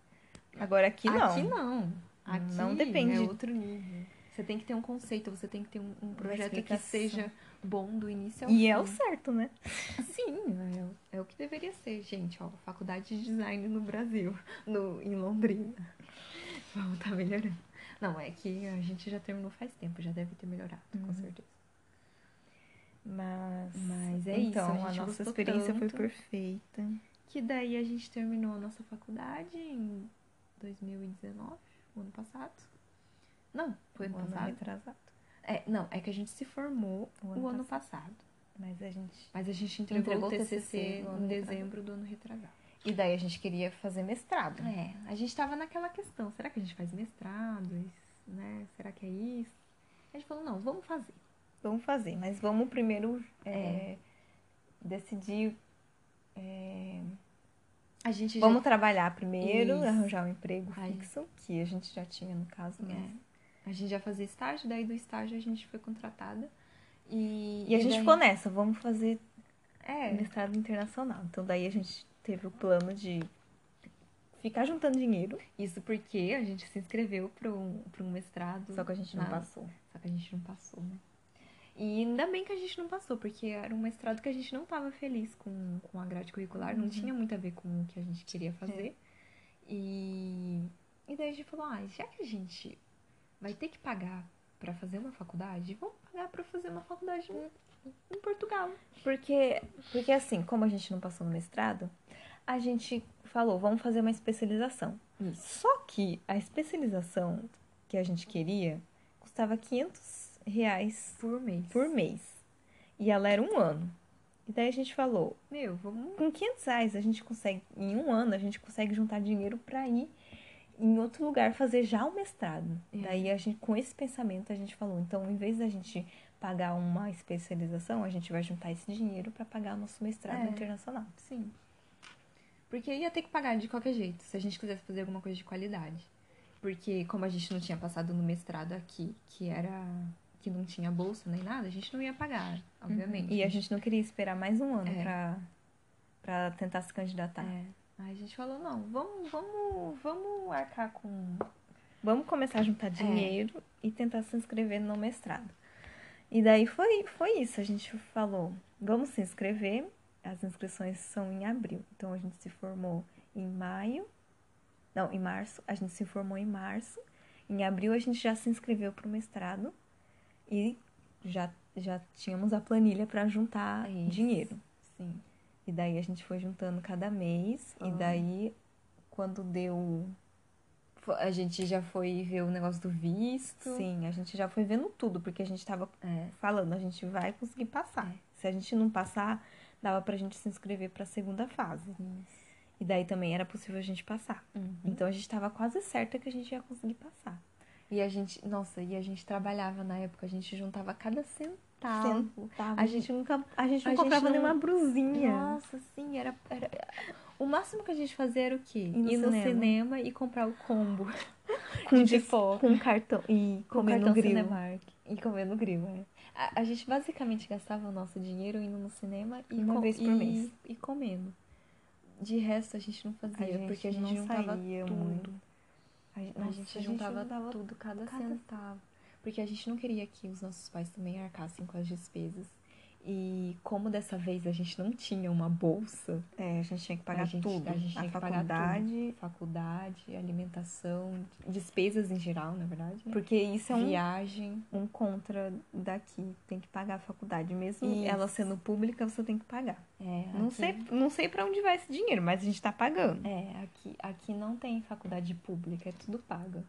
S2: Agora aqui não.
S1: Aqui não. Aqui
S2: Não depende.
S1: É outro nível. Você tem que ter um conceito, você tem que ter um, um projeto que
S2: explicação.
S1: seja bom do início ao
S2: E
S1: fim.
S2: é o certo, né?
S1: Sim, é, o- é o que deveria ser, gente. Ó, faculdade de design no Brasil, [LAUGHS] no, em Londrina. Vamos, tá melhorando. Não, é que a gente já terminou faz tempo, já deve ter melhorado, com
S2: Uhum.
S1: certeza.
S2: Mas,
S1: Mas é isso,
S2: então,
S1: a gente
S2: nossa
S1: gostou
S2: experiência foi
S1: tanto.
S2: perfeita.
S1: Que daí a gente terminou a nossa faculdade em 2019, o ano passado. Não, foi ano
S2: Um ano
S1: passado.
S2: retrasado.
S1: É, não, é que a gente se formou o ano, passado.
S2: Mas a gente.
S1: Mas a gente entregou,
S2: Entregou
S1: o TCC
S2: no
S1: em
S2: ano
S1: dezembro do ano retrasado.
S2: E daí a gente queria fazer mestrado.
S1: É, a gente tava naquela questão, será que a gente faz mestrado, Isso, né? Será que é isso? A gente falou, não, vamos fazer.
S2: Vamos fazer, mas vamos primeiro é, decidir. é,
S1: A gente já-
S2: vamos trabalhar primeiro,
S1: Isso.
S2: arranjar um emprego
S1: Aí.
S2: fixo, que a gente já tinha no caso, né? mas.
S1: É. a gente já fazia estágio, daí do estágio a gente foi contratada. É. E,
S2: E a gente
S1: daí-
S2: ficou nessa, vamos fazer
S1: É,
S2: mestrado internacional. Então daí a gente teve o plano de ficar juntando dinheiro,
S1: isso porque a gente se inscreveu para um, pra um mestrado.
S2: só que a gente não
S1: na-
S2: passou.
S1: Só que a gente não passou, né? E ainda bem que a gente não passou, porque era um mestrado que a gente não estava feliz com, com a grade curricular, não
S2: Uhum.
S1: tinha muito a ver com o que a gente queria fazer. E, e daí a gente falou, ah, já que a gente vai ter que pagar para fazer uma faculdade, vamos pagar para fazer uma faculdade em, em Portugal.
S2: Porque, porque assim, como a gente não passou no mestrado, a gente falou, vamos fazer uma especialização.
S1: Isso.
S2: Só que a especialização que a gente queria custava 500 reais
S1: Por mês.
S2: por mês. E ela era um ano. E daí a gente falou,
S1: Meu, vamos.
S2: com 500 reais a gente consegue, em um ano, a gente consegue juntar dinheiro para ir em outro lugar fazer já o mestrado.
S1: É.
S2: Daí a gente, com esse pensamento, a gente falou, então, em vez da gente pagar uma especialização, a gente vai juntar esse dinheiro para pagar o nosso mestrado
S1: É.
S2: internacional.
S1: Sim. Porque ia ter que pagar de qualquer jeito, se a gente quisesse fazer alguma coisa de qualidade. Porque como a gente não tinha passado no mestrado aqui, que era que não tinha bolsa nem nada, a gente não ia pagar, obviamente.
S2: Uhum. E a gente não queria esperar mais um ano
S1: É.
S2: pra para tentar se candidatar.
S1: É. Aí a gente falou, não, vamos, vamos, vamos arcar com.
S2: Vamos começar a juntar dinheiro e tentar se inscrever no mestrado. E daí foi, foi isso, a gente falou, vamos se inscrever, as inscrições são em abril. Então a gente se formou em maio, não, em março, a gente se formou em março. Em abril a gente já se inscreveu para o mestrado e já, já tínhamos a planilha para juntar
S1: Isso.
S2: dinheiro.
S1: Sim.
S2: E daí a gente foi juntando cada mês.
S1: Ah.
S2: E daí, quando deu. fo-
S1: fo- a gente já foi ver o negócio do visto.
S2: Sim, a gente já foi vendo tudo, porque a gente tava
S1: É.
S2: falando, a gente vai conseguir passar. Se a gente não passar, dava pra gente se inscrever pra segunda fase. E daí também era possível a gente passar.
S1: Uhum.
S2: Então a gente tava quase certa que a gente ia conseguir passar.
S1: E a gente, nossa, e a gente trabalhava na época, a gente juntava cada centavo.
S2: Sentava.
S1: A
S2: A
S1: gente
S2: gente nunca, a gente não
S1: a gente
S2: comprava
S1: não-
S2: nenhuma brusinha.
S1: Nossa, sim, era, era- O máximo que a gente fazia era o quê?
S2: no
S1: Ir no
S2: cinema.
S1: cinema e comprar o combo
S2: [LAUGHS] com
S1: de
S2: de
S1: pipoca.
S2: com [LAUGHS] cartão e
S1: Com
S2: comendo
S1: cartão
S2: grilo.
S1: Cinemark. E comendo grilo, é. A, a gente basicamente gastava o nosso dinheiro indo no cinema e
S2: Uma
S1: co-
S2: vez por
S1: e-
S2: mês.
S1: E comendo. De resto, a gente não fazia,
S2: gente
S1: porque a gente
S2: não
S1: juntava
S2: saía
S1: tudo.
S2: muito.
S1: A, gente- a
S2: Nossa,
S1: gente juntava tudo, cada,
S2: cada-
S1: centavo. Porque a gente não queria que os nossos pais também arcassem com as despesas. E como dessa vez a gente não tinha uma bolsa,
S2: É, a gente tinha que pagar
S1: a gente,
S2: tudo.
S1: a gente tinha que pagar
S2: faculdade.
S1: tudo. faculdade, alimentação, despesas em geral, na verdade. né?
S2: Porque isso é um,
S1: Viagem.
S2: um contra daqui. Tem que pagar a faculdade. Mesmo
S1: Isso.
S2: ela sendo pública, você tem que pagar.
S1: É,
S2: Não
S1: aqui-
S2: sei, não sei para onde vai esse dinheiro, mas a gente tá pagando.
S1: É, aqui, aqui não tem faculdade pública, é tudo pago.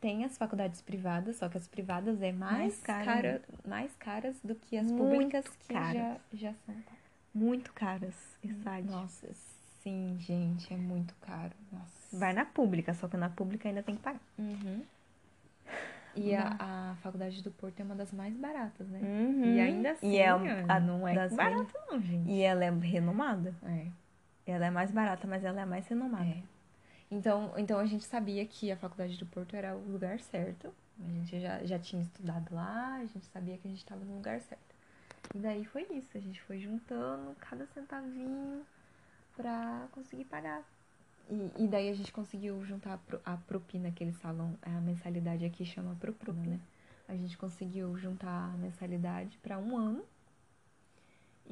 S1: Tem as faculdades privadas, só que as privadas é mais,
S2: Mais cara,
S1: cara- mais caras do que as
S2: Muito
S1: públicas que
S2: caras.
S1: já, já são pagas.
S2: Muito caras, Exato.
S1: Nossa, sim, gente, é muito caro. Nossa.
S2: Vai na pública, só que na pública ainda tem que pagar.
S1: Uhum. E a, a faculdade do Porto é uma das mais baratas, né?
S2: E
S1: E
S2: ainda
S1: ainda
S2: assim,
S1: assim,
S2: é,
S1: olha,
S2: a- não é
S1: das
S2: barata,
S1: Não, gente.
S2: E ela é renomada.
S1: É.
S2: Ela é mais barata, mas ela é a mais renomada.
S1: É. Então, então a gente sabia que a faculdade do Porto era o lugar certo. A gente já, já tinha estudado lá, a gente sabia que a gente estava no lugar certo. E daí foi isso, a gente foi juntando cada centavinho pra conseguir pagar. E, e daí a gente conseguiu juntar a, pro- a propina que eles falam, a mensalidade aqui chama propina, né? A gente conseguiu juntar a mensalidade pra um ano.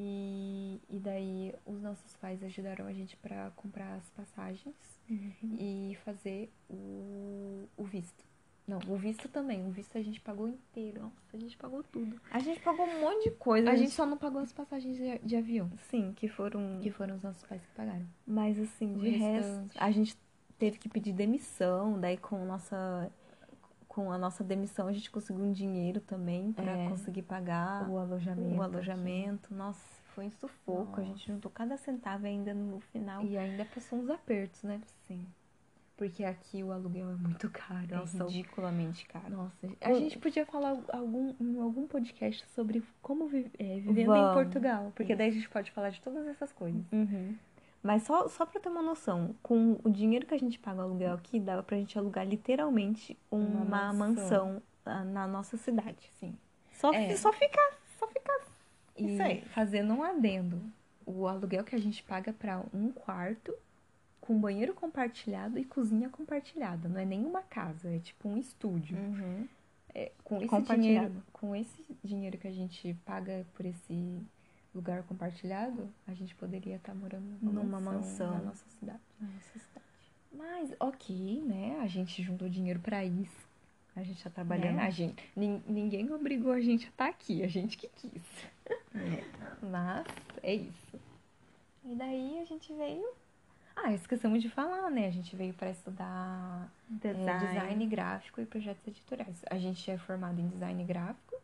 S1: E, e daí os nossos pais ajudaram a gente pra comprar as passagens e fazer o, o visto. Não, o visto também. O visto a gente pagou inteiro. Nossa, a gente pagou tudo.
S2: A gente pagou um monte de coisa.
S1: A gente só não pagou as passagens de, de avião,
S2: Sim, que foram.
S1: que foram os nossos pais que pagaram.
S2: Mas assim,
S1: O
S2: de resto,
S1: restante.
S2: a gente teve que pedir demissão, daí com a nossa com a nossa demissão a gente conseguiu um dinheiro também pra
S1: É.
S2: conseguir pagar
S1: O alojamento.
S2: o alojamento. Nossa, foi um sufoco, a gente juntou cada centavo e ainda no final.
S1: E ainda passou uns apertos, né? Sim. Porque aqui o aluguel é muito caro.
S2: Nossa,
S1: Nossa, o-
S2: ridiculamente caro.
S1: nossa, a
S2: O-
S1: gente podia falar algum, em algum podcast sobre como vi- é, vivendo
S2: Vamos. Uhum.
S1: em Portugal. Porque
S2: Isso.
S1: daí a gente pode falar de todas essas coisas.
S2: Mas só, só pra ter uma noção, com o dinheiro que a gente paga o aluguel aqui, dava pra gente alugar literalmente uma,
S1: Uma
S2: mansão.
S1: mansão.
S2: ah, na nossa cidade. assim.
S1: Sim.
S2: Só,
S1: É.
S2: só ficar, só ficar
S1: E
S2: Isso aí.
S1: fazendo um adendo, o aluguel que a gente paga pra um quarto com banheiro compartilhado e cozinha compartilhada, não é nenhuma casa, é tipo um
S2: Uhum.
S1: estúdio. É, com esse
S2: Hum. Compartilhado.
S1: dinheiro, com esse dinheiro que a gente paga por esse lugar compartilhado, a gente poderia estar morando numa,
S2: Numa
S1: mansão,
S2: mansão.
S1: na nossa cidade.
S2: Nossa cidade.
S1: Mas ok, né? A gente juntou dinheiro pra isso.
S2: A gente tá trabalhando.
S1: né? A gente, nin- ninguém obrigou a gente a estar aqui, a gente que quis. Mas é isso. E daí a gente veio. Ah, esquecemos de falar, né? A gente veio para estudar é,
S2: Design.
S1: design. gráfico e projetos editoriais. A gente é formado em design gráfico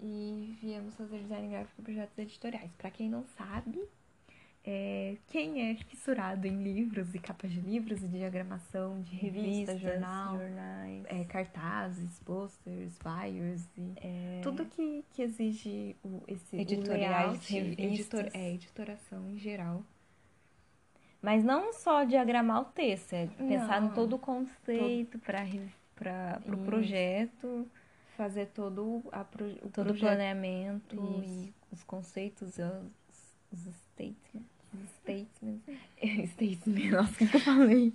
S1: e viemos fazer design gráfico e projetos editoriais. Para quem não sabe, é, quem é fissurado em livros e capas de livros e diagramação de revista,
S2: revistas,
S1: jornal,
S2: jornais.
S1: é, cartazes, posters, flyers e tudo que, que exige o, esse o
S2: É. Editoriais,
S1: layout,
S2: revistas.
S1: editor- é, editoração em geral.
S2: Mas não só diagramar o texto, é pensar em
S1: Não.
S2: todo o conceito para para pro
S1: Isso.
S2: projeto,
S1: Fazer todo a pro, o
S2: todo o
S1: projeto,
S2: planeamento
S1: Isso.
S2: e os conceitos, e os, os statements.
S1: os statements. [LAUGHS] statements, nossa, o que, que eu falei?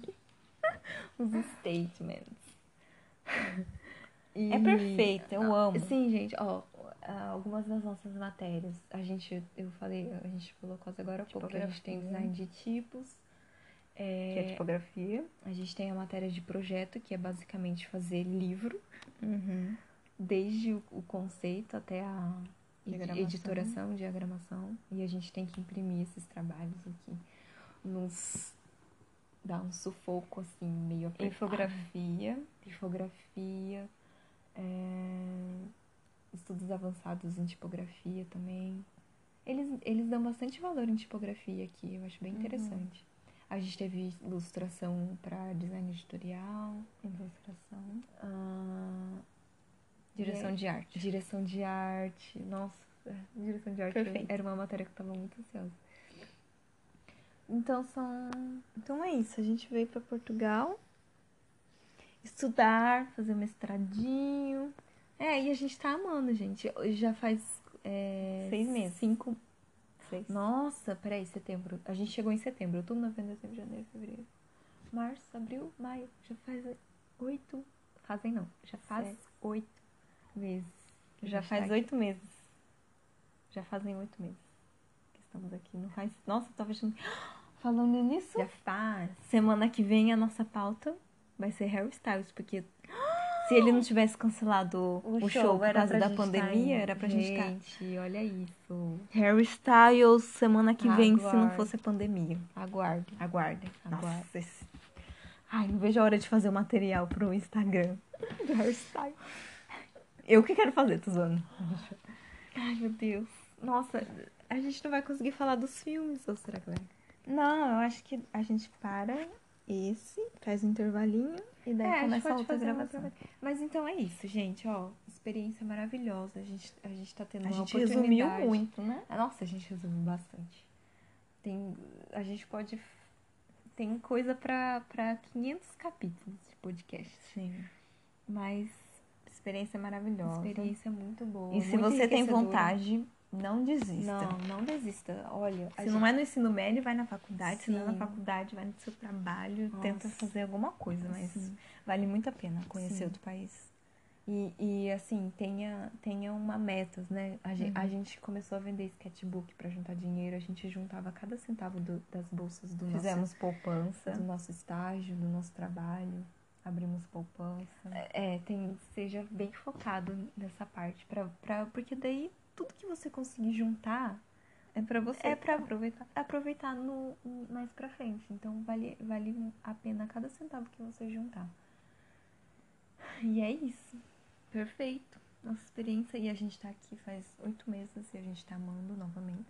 S1: os statements.
S2: É
S1: E- Ah,
S2: perfeito, eu amo.
S1: Sim, gente, ó, ah, algumas das nossas matérias, a gente, eu falei, a gente falou quase agora há pouco, que a gente tem
S2: Tipografia.
S1: design de tipos, é,
S2: Que é tipografia.
S1: A gente tem a matéria de projeto, que é basicamente fazer livro, Uhum. desde o, o conceito até a edi-
S2: Diagramação.
S1: editoração, diagramação. E a gente tem que imprimir esses trabalhos aqui nos dá um sufoco, assim, meio apertado.
S2: Infografia.
S1: Infografia. é, Estudos avançados em tipografia também. Eles, eles dão bastante valor em tipografia aqui, eu acho bem
S2: Uhum.
S1: interessante. A gente teve ilustração para design editorial,
S2: Ilustração.
S1: ah,
S2: Direção de arte.
S1: direção de arte. Nossa, é, direção de arte
S2: Perfeito.
S1: era uma matéria que eu tava muito ansiosa. Então são. Então é isso. A gente veio para Portugal estudar, fazer um mestradinho. É, e a gente tá amando, gente. Já faz. é,
S2: Seis meses.
S1: Cinco.
S2: Seis.
S1: Nossa, peraí, setembro. A gente chegou em setembro. Outubro, novembro, dezembro, janeiro, fevereiro. Março, abril, maio. Já faz oito. Fazem não. Já faz
S2: Sete.
S1: oito meses.
S2: Já faz
S1: oito.
S2: oito meses.
S1: Já fazem oito meses que estamos aqui. Não faz. Nossa, eu tava achando. Falando nisso.
S2: Já faz.
S1: Semana que vem a nossa pauta vai ser Harry Styles, porque se ele não tivesse cancelado o,
S2: O
S1: show,
S2: show
S1: por
S2: era
S1: causa
S2: pra
S1: da
S2: gente tá
S1: pandemia,
S2: indo.
S1: era pra gente tá- estar.
S2: Gente, tá
S1: olha isso.
S2: Harry Styles, semana que vem, se não
S1: Aguarde.
S2: fosse a pandemia.
S1: Aguarde.
S2: Aguardem.
S1: Aguardem.
S2: Nossa, esse- Ai, não vejo a hora de fazer o material pro Instagram.
S1: Do Harry Styles.
S2: Eu que quero fazer, tô zoando.
S1: Ai, meu Deus. Nossa, a gente não vai conseguir falar dos filmes, ou será que vai?
S2: Não, eu acho que a gente para esse, faz um intervalinho e daí
S1: É, a gente
S2: começa a
S1: pode
S2: outra
S1: fazer uma
S2: gravação.
S1: outra- Mas então é isso, gente, ó. Experiência maravilhosa. A gente, a gente tá tendo
S2: A
S1: uma
S2: gente resumiu
S1: oportunidade.
S2: muito, né?
S1: Ah, Nossa, a gente resumiu bastante. Tem, a gente pode. f- Tem coisa pra pra 500 capítulos de podcast.
S2: Sim.
S1: Mas
S2: Experiência maravilhosa.
S1: experiência é muito boa.
S2: E se
S1: muito
S2: você tem
S1: enriquecedora.
S2: vontade, não desista.
S1: Não, não desista. Olha, a
S2: Se não é no ensino médio, vai na faculdade. Se não é na
S1: Sim.
S2: faculdade, vai no seu trabalho,
S1: Nossa.
S2: tenta fazer alguma coisa, mas
S1: Sim.
S2: vale muito a pena conhecer
S1: Sim.
S2: outro país.
S1: E, e, assim, tenha, tenha uma meta, né? A gente,
S2: Uhum.
S1: a gente começou a vender sketchbook pra juntar dinheiro, a gente juntava cada centavo do- das bolsas do
S2: Fizemos
S1: nosso, do
S2: poupança.
S1: nosso estágio, do nosso trabalho, abrimos poupança. É, tem, seja bem focado nessa parte, pra, pra, porque daí tudo que você conseguir juntar
S2: É pra você.
S1: é pra aproveitar, aproveitar no, mais pra frente. Então vale, vale a pena cada centavo que você juntar. E é isso. Perfeito. Nossa experiência. E a gente tá aqui faz oito meses e a gente tá amando novamente.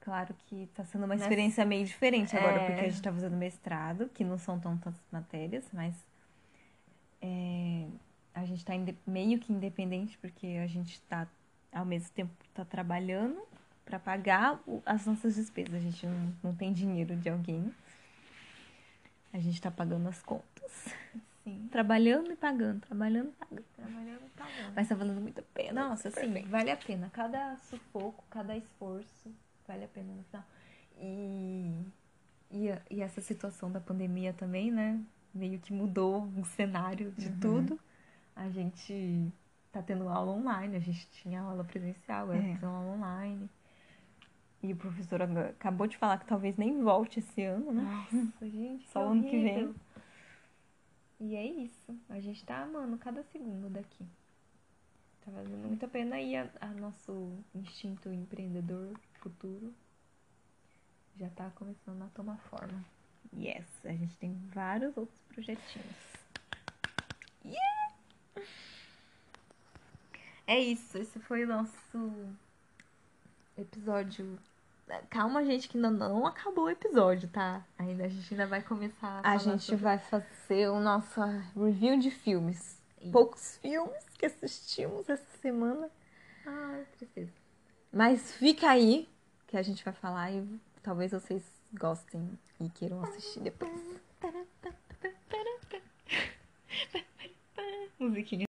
S2: Claro que tá sendo uma
S1: Nessa-
S2: experiência meio diferente agora,
S1: É.
S2: porque a gente tá fazendo mestrado, que não são tão tantas matérias, mas é, a gente tá inde- meio que independente, porque a gente tá, ao mesmo tempo, tá trabalhando para pagar o- as nossas despesas. A gente não, não tem dinheiro de alguém. A gente tá pagando as contas.
S1: Sim.
S2: Trabalhando e pagando, trabalhando e pagando.
S1: Trabalhando tá bom.
S2: Mas tá valendo muito a pena.
S1: Nossa,
S2: super
S1: assim,
S2: bem.
S1: vale a pena. Cada sufoco, cada esforço, vale a pena no final. E, e, a- e essa situação da pandemia também, né? Meio que mudou o cenário de
S2: Uhum.
S1: tudo. A gente tá tendo aula online, a gente tinha aula presencial, agora
S2: É.
S1: tá tendo aula online.
S2: E o professor agora acabou de falar que talvez nem volte esse ano, né?
S1: Nossa, gente,
S2: Só ano que vem.
S1: horrível. E é isso. A gente tá amando cada segundo daqui. Tá valendo muito a pena e a, a nosso instinto empreendedor futuro já tá começando a tomar forma.
S2: Yes, a gente tem vários outros projetinhos.
S1: É isso, esse foi o nosso episódio. Calma, gente, que ainda não acabou o episódio, tá? Ainda a gente ainda vai começar
S2: A gente vai fazer o nosso review de filmes.
S1: Isso.
S2: Poucos filmes que assistimos essa semana.
S1: Ai, tristeza.
S2: Mas fica aí que a gente vai falar e talvez vocês gostem e queiram assistir depois.
S1: Musiquinha.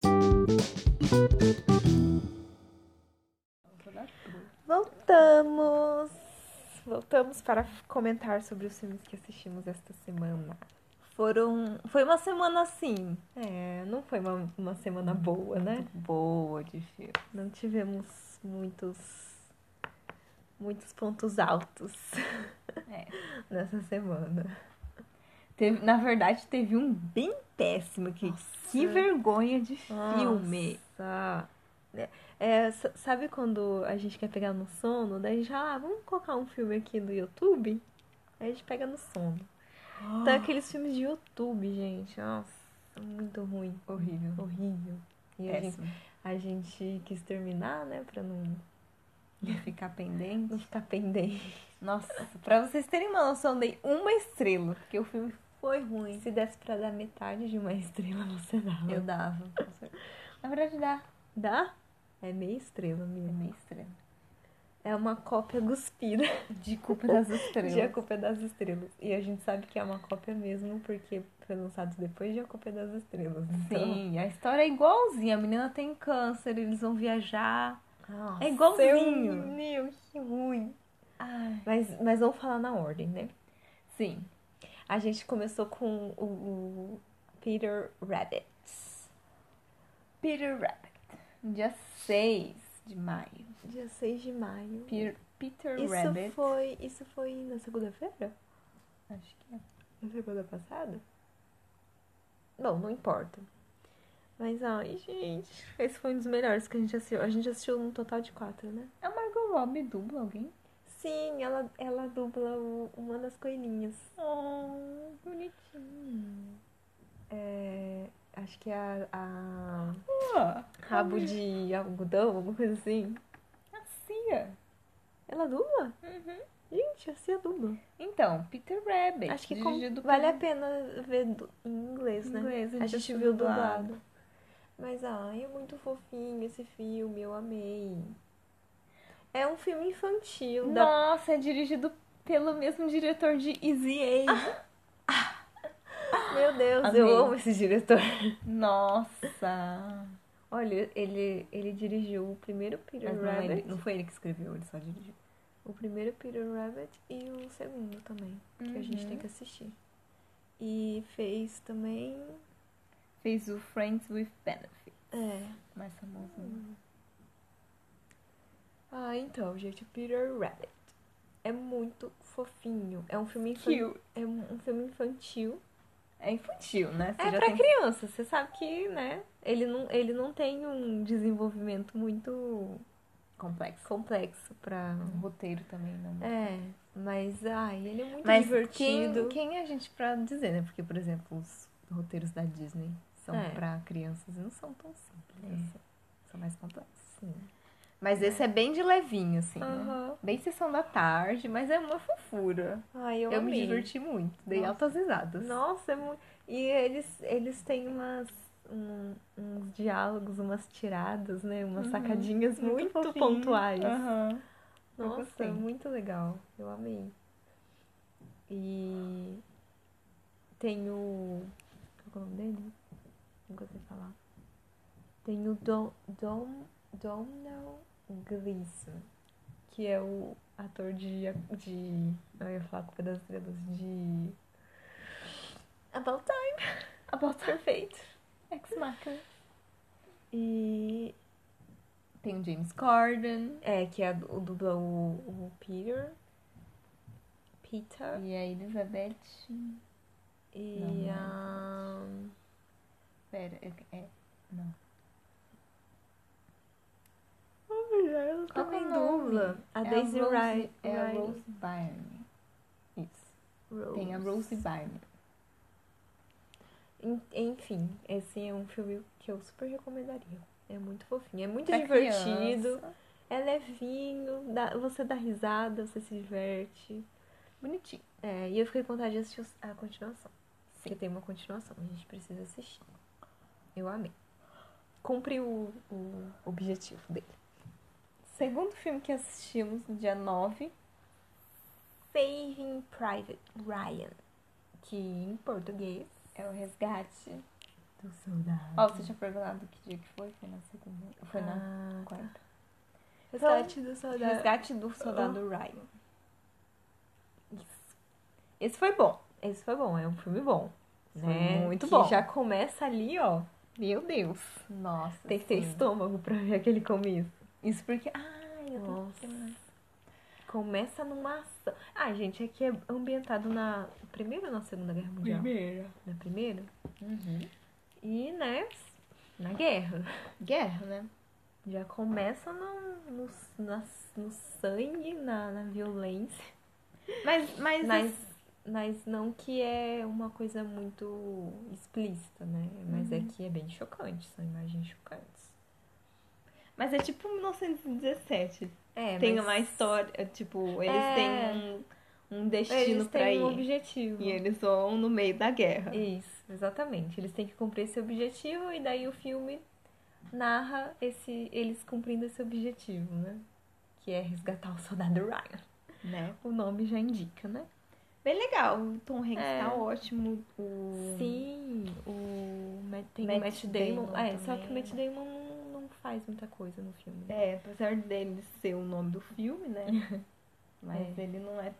S2: Voltamos!
S1: Voltamos para comentar sobre os filmes que assistimos esta semana.
S2: Foram. Foi uma semana assim.
S1: É, não foi uma, uma semana boa, né?
S2: Boa de filme.
S1: Não tivemos muitos muitos pontos altos
S2: [LAUGHS] É.
S1: nessa semana.
S2: Teve- na verdade, teve um bem péssimo que Que vergonha de filme.
S1: Nossa. É, é, s- sabe quando a gente quer pegar no sono? Daí já, ah, vamos colocar um filme aqui no YouTube? Aí a gente pega no sono. Tá aqueles filmes de YouTube, gente. Nossa, muito ruim.
S2: Horrível.
S1: Horrível. E a gente,
S2: Péssimo.
S1: a gente quis terminar, né? Pra não,
S2: Ficar pendente.
S1: não ficar pendente.
S2: Nossa, pra vocês terem uma noção, dei uma estrela.
S1: Porque o filme foi ruim. Se desse pra dar metade de uma estrela, você dava.
S2: Eu dava. Na verdade, dá.
S1: Dá? É meia estrela,
S2: É
S1: minha.
S2: meio estrela.
S1: É uma cópia guspida. [LAUGHS]
S2: De culpa das
S1: De A
S2: estrelas.
S1: Culpa é das Estrelas. E a gente sabe que é uma cópia mesmo, porque foi lançado depois de A Culpa é das Estrelas. Então,
S2: Sim, a história é igualzinha. A menina tem câncer, eles vão viajar.
S1: Nossa,
S2: É igualzinho.
S1: Meu Deus, que ruim.
S2: Ai.
S1: Mas, mas vamos falar na ordem, né?
S2: Sim.
S1: A gente começou com o, o Peter Rabbit.
S2: Peter Rabbit. Um Dia assim, 6 de maio.
S1: Dia 6 de maio.
S2: Peter, Peter
S1: isso
S2: Rabbit.
S1: foi Isso foi na segunda-feira?
S2: Acho que é.
S1: Na segunda passada? Bom, não importa. Mas, ai, gente, esse foi um dos melhores que a gente assistiu. A gente assistiu um total de quatro, né?
S2: A Margot Robbie dubla alguém?
S1: Sim, ela, ela dubla o- uma das coelhinhas.
S2: Oh,
S1: Hum.
S2: bonitinho.
S1: É, acho que é a, a é
S2: Ah,
S1: rabo de algodão, alguma coisa assim.
S2: a Cia.
S1: Ela dubla?
S2: Uhum.
S1: Gente, a Cia dubla.
S2: Então, Peter Rabbit.
S1: Acho que com-
S2: dirigido
S1: vale a
S2: pelo-
S1: pena ver du- em inglês, né?
S2: Inglês,
S1: A gente viu dublado. Mas, ai, é muito fofinho esse filme, eu amei. É um filme infantil, da
S2: Nossa, é dirigido pelo mesmo diretor de Easy A.
S1: Meu Deus,
S2: Amei.
S1: eu amo esse diretor. [LAUGHS]
S2: Ah. Nossa.
S1: Olha, ele, ele dirigiu o primeiro Peter
S2: Mas não, é
S1: Rabbit,
S2: ele- não foi ele que escreveu, ele só dirigiu.
S1: o primeiro Peter Rabbit e o segundo também, que a
S2: Uhum.
S1: gente tem que assistir. E fez também, Uhum.
S2: Fez o Friends with Benefit.
S1: é.
S2: Mais famoso.
S1: Ah, então, gente, o Peter Rabbit é muito fofinho. É um filme infantil,
S2: Cute.
S1: é um um filme infantil.
S2: É infantil, né? Você
S1: é
S2: já
S1: pra
S2: tem-
S1: criança, você sabe que, né? Ele não, ele não tem um desenvolvimento muito
S2: complexo.
S1: complexo pra
S2: O um roteiro também não.
S1: É, mas ai, ele é muito
S2: Mas
S1: divertido.
S2: Quem, quem é a gente pra dizer, né? Porque, por exemplo, os roteiros da Disney são
S1: É.
S2: pra crianças e não são tão simples
S1: É.
S2: assim. São mais complexos.
S1: Sim.
S2: Mas esse é bem de levinho, assim, né?
S1: Aham.
S2: Bem sessão da tarde, mas é uma fofura.
S1: Ai, eu,
S2: Eu, me
S1: amei.
S2: diverti muito, dei
S1: Nossa.
S2: altas risadas.
S1: Nossa, é muito... e eles, eles têm umas, um- uns diálogos, umas tiradas, né? Umas
S2: Uhum.
S1: sacadinhas muito,
S2: fofinho.
S1: pontuais.
S2: Aham. Eu
S1: Nossa,
S2: gostei.
S1: muito legal. Eu amei. E tem o. Qual é o nome dele? Não consegui falar. Tem o Don, Don, Donald Gleason, que é o ator de. de eu ia falar Culpa das Estrelas, de. About Time.
S2: [LAUGHS] About
S1: Perfeito.
S2: Ex Machina.
S1: E.
S2: Tem o James Corden.
S1: É, que é o dubla o, o Peter. Peter.
S2: E a Elizabeth.
S1: E
S2: Não, é. não é
S1: a.
S2: Pera, é. é- Não.
S1: Ela
S2: Qual que é
S1: também
S2: o nome?
S1: dubla. A
S2: é
S1: Daisy
S2: Rose-
S1: Riley.
S2: É a Rose Byrne. Isso. Tem a Rose Byrne.
S1: En- Enfim, esse é um filme que eu super recomendaria. É muito fofinho, é muito
S2: Pra
S1: divertido,
S2: criança.
S1: é levinho, dá- você dá risada, você se diverte.
S2: Bonitinho.
S1: É, e eu fiquei com vontade de assistir os- a continuação. Porque tem uma continuação, a gente precisa assistir. Eu amei. Cumpri o, o objetivo dele.
S2: Segundo filme que assistimos no dia 9,
S1: Saving Private Ryan. Que em português
S2: é o Resgate.
S1: do soldado.
S2: Ó, você tinha perguntado que dia que foi? Foi na segunda. Foi na
S1: Ah, tá.
S2: quarta.
S1: Resgate do soldado.
S2: Resgate do
S1: Oh.
S2: soldado Ryan. Isso. Esse foi bom.
S1: Esse foi bom, é um filme bom.
S2: Foi
S1: né?
S2: muito
S1: Que
S2: bom.
S1: já começa ali, ó. Meu Deus.
S2: Nossa.
S1: Tem que ter
S2: sim.
S1: estômago pra ver aquele começo.
S2: Isso porque. Ah, eu tenho
S1: Nossa.
S2: que terminar.
S1: Começa numa ação. Ah, gente, aqui é ambientado na Primeira ou na Segunda Guerra Mundial?
S2: Primeira.
S1: Na Primeira.
S2: Uhum.
S1: E, né, na guerra.
S2: Guerra, né?
S1: Já começa no, no, na- no sangue, na, na violência.
S2: Mas, é, mas,
S1: Nas Mas não que é uma coisa muito explícita, né? Mas é que é bem chocante, são imagens chocantes.
S2: Mas é tipo 1917.
S1: É,
S2: Tem
S1: mas
S2: uma história, tipo, eles
S1: É.
S2: têm um, um destino
S1: eles
S2: pra
S1: têm
S2: ir.
S1: um objetivo.
S2: E eles vão no meio da guerra.
S1: tá. Isso, exatamente. Eles têm que cumprir esse objetivo e daí o filme narra esse, eles cumprindo esse objetivo, né? Que é resgatar o soldado Ryan.
S2: Né?
S1: O nome já indica, né?
S2: Bem legal. O Tom Hanks
S1: É.
S2: tá ótimo. O...
S1: Sim, o Matt, tem
S2: Matt
S1: o Matt Damon.
S2: Damon
S1: é, só
S2: também.
S1: que o Matt Damon não, não faz muita coisa no filme.
S2: É, apesar dele ser o nome do filme, [LAUGHS] né? Mas ele não é.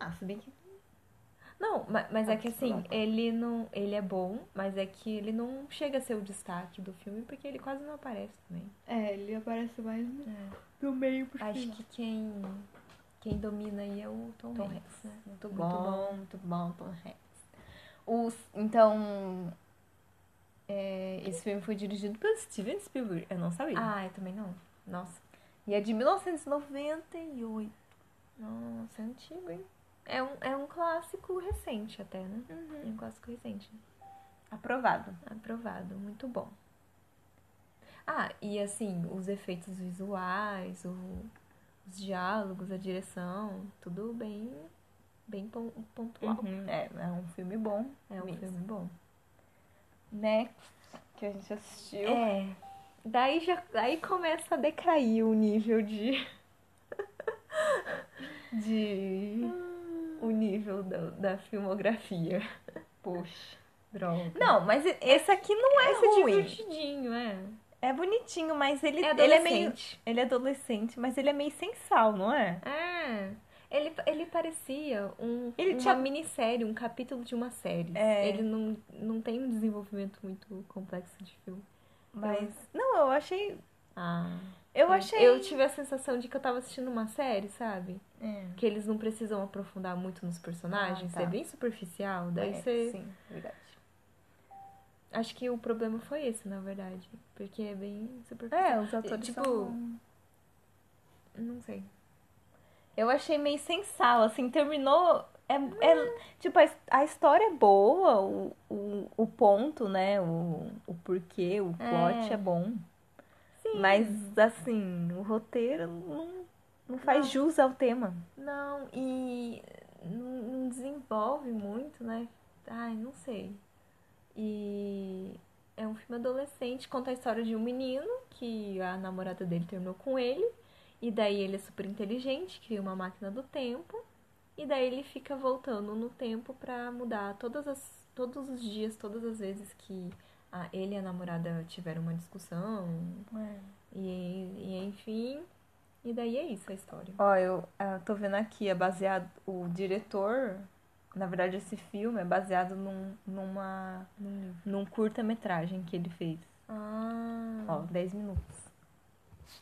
S2: Ah, se bem que.
S1: Não, ma- mas é
S2: Ah,
S1: que assim,
S2: desculpa.
S1: ele não, ele é bom, mas é que ele não chega a ser o destaque do filme porque ele quase não aparece também.
S2: É, ele aparece mais no, no meio pro
S1: Acho
S2: final.
S1: que quem quem domina aí é o Tom,
S2: Tom
S1: Hanks,
S2: Hanks.
S1: né?
S2: Muito
S1: Muito
S2: bom, muito bom, Tom Hanks. Os, então, é, esse filme foi dirigido pelo Steven Spielberg, eu não sabia.
S1: Ah, eu também não. Nossa,
S2: E é de 1998.
S1: nossa, é antigo, hein? É um, é um clássico recente até, né? É um clássico recente.
S2: Uhum. Aprovado.
S1: Aprovado, muito bom. Ah, e assim, os efeitos visuais, o- os diálogos, a direção, tudo bem, bem pon- pontual.
S2: É, é um filme bom,
S1: É um
S2: Mesmo.
S1: filme bom.
S2: né? Que a gente assistiu.
S1: É. Daí já daí começa a decair o nível de. [LAUGHS] de. o nível da, da filmografia.
S2: Poxa.
S1: Droga.
S2: Não, mas e- esse aqui não é,
S1: Esse
S2: ruim.
S1: divertidinho, é.
S2: É bonitinho, mas ele
S1: É
S2: ele é meio
S1: adolescente.
S2: ele é adolescente, mas ele é meio sem sal, não é?
S1: É. Ele, ele parecia um,
S2: Ele
S1: uma
S2: tinha-
S1: minissérie, um capítulo de uma série.
S2: É.
S1: Ele não, não tem um desenvolvimento muito complexo de filme.
S2: Mas não, eu achei
S1: Ah.
S2: eu achei
S1: Eu tive a sensação de que eu tava assistindo uma série, sabe?
S2: É.
S1: Que eles não precisam aprofundar muito nos personagens,
S2: Ah, tá.
S1: é bem superficial. Daí
S2: É,
S1: você.
S2: Sim, verdade.
S1: Acho que o problema foi esse, na verdade. Porque é bem superficial.
S2: É, os atores
S1: tipo,
S2: são- É.
S1: Não sei.
S2: Eu achei meio sem sal, assim, terminou... É, é- tipo, a, his- a história é boa, o, o, o ponto, né, o, o porquê, o plot é,
S1: É.
S2: bom.
S1: Sim.
S2: Mas, assim, o roteiro não, não faz
S1: Não.
S2: jus ao tema.
S1: Não, e não, não desenvolve muito, né? Ai, não sei. E é um filme adolescente, conta a história de um menino que a namorada dele terminou com ele, e daí ele é super inteligente, cria uma máquina do tempo, e daí ele fica voltando no tempo pra mudar todas as, todos os dias, todas as vezes que a, ele e a namorada tiveram uma discussão, É. e, e enfim. E daí é isso a história.
S2: Ó, eu ah, tô vendo aqui, é baseado... O diretor, na verdade, esse filme é baseado num, numa,
S1: Num livro.
S2: num curta-metragem que ele fez. Ó,
S1: Ah.
S2: 10 minutos.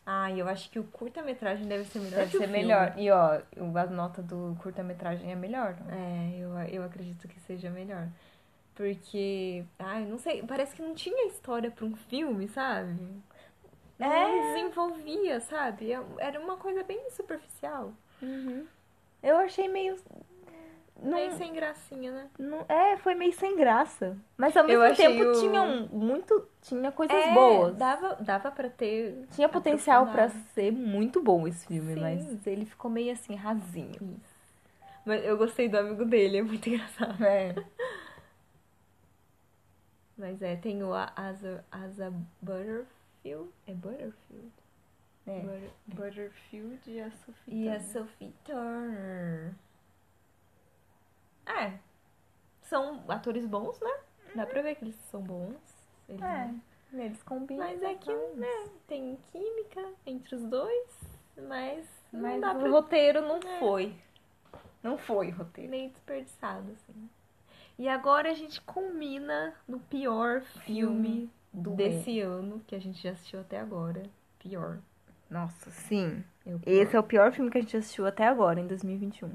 S1: Ah, eu acho que o curta-metragem deve ser melhor que
S2: Deve
S1: o
S2: ser
S1: filme.
S2: melhor. E ó, o- a nota do curta-metragem é melhor. né?
S1: É, eu, eu acredito que seja melhor. Porque, ai, não sei, parece que não tinha história pra um filme, sabe? Não
S2: É.
S1: desenvolvia, sabe? É, Era uma coisa bem superficial.
S2: Eu achei meio. Não,
S1: Meio sem gracinha, né?
S2: não- é, foi meio sem graça. Mas ao
S1: Eu
S2: mesmo
S1: achei
S2: tempo
S1: o-
S2: tinha um- muito. Tinha coisas
S1: É,
S2: boas.
S1: Dava, dava pra ter.
S2: Tinha potencial pra
S1: aprofundado.
S2: ser muito bom esse filme,
S1: Sim.
S2: mas ele ficou meio assim, rasinho.
S1: Mas eu gostei do amigo dele, é muito [LAUGHS] engraçado.
S2: É.
S1: Mas é, tem o A- Asa, Asa Butterfield. É Butterfield?
S2: é.
S1: Butter-
S2: Butterfield e a Sophie.
S1: E a Sophie Turner. É. São atores bons, né? Dá pra ver que eles são bons. Eles-
S2: É, eles combinam.
S1: Mas é que,
S2: mas-
S1: né, tem química entre os dois, mas, não
S2: Mas
S1: dá
S2: o
S1: pra
S2: roteiro não
S1: É.
S2: foi. Não foi o roteiro.
S1: meio desperdiçado, assim. E agora a gente culmina no pior filme,
S2: Filme do
S1: desse ano que a gente já assistiu até agora. Pior.
S2: Nossa, sim.
S1: É o pior.
S2: Esse é o pior filme que a gente assistiu até agora, em 2021.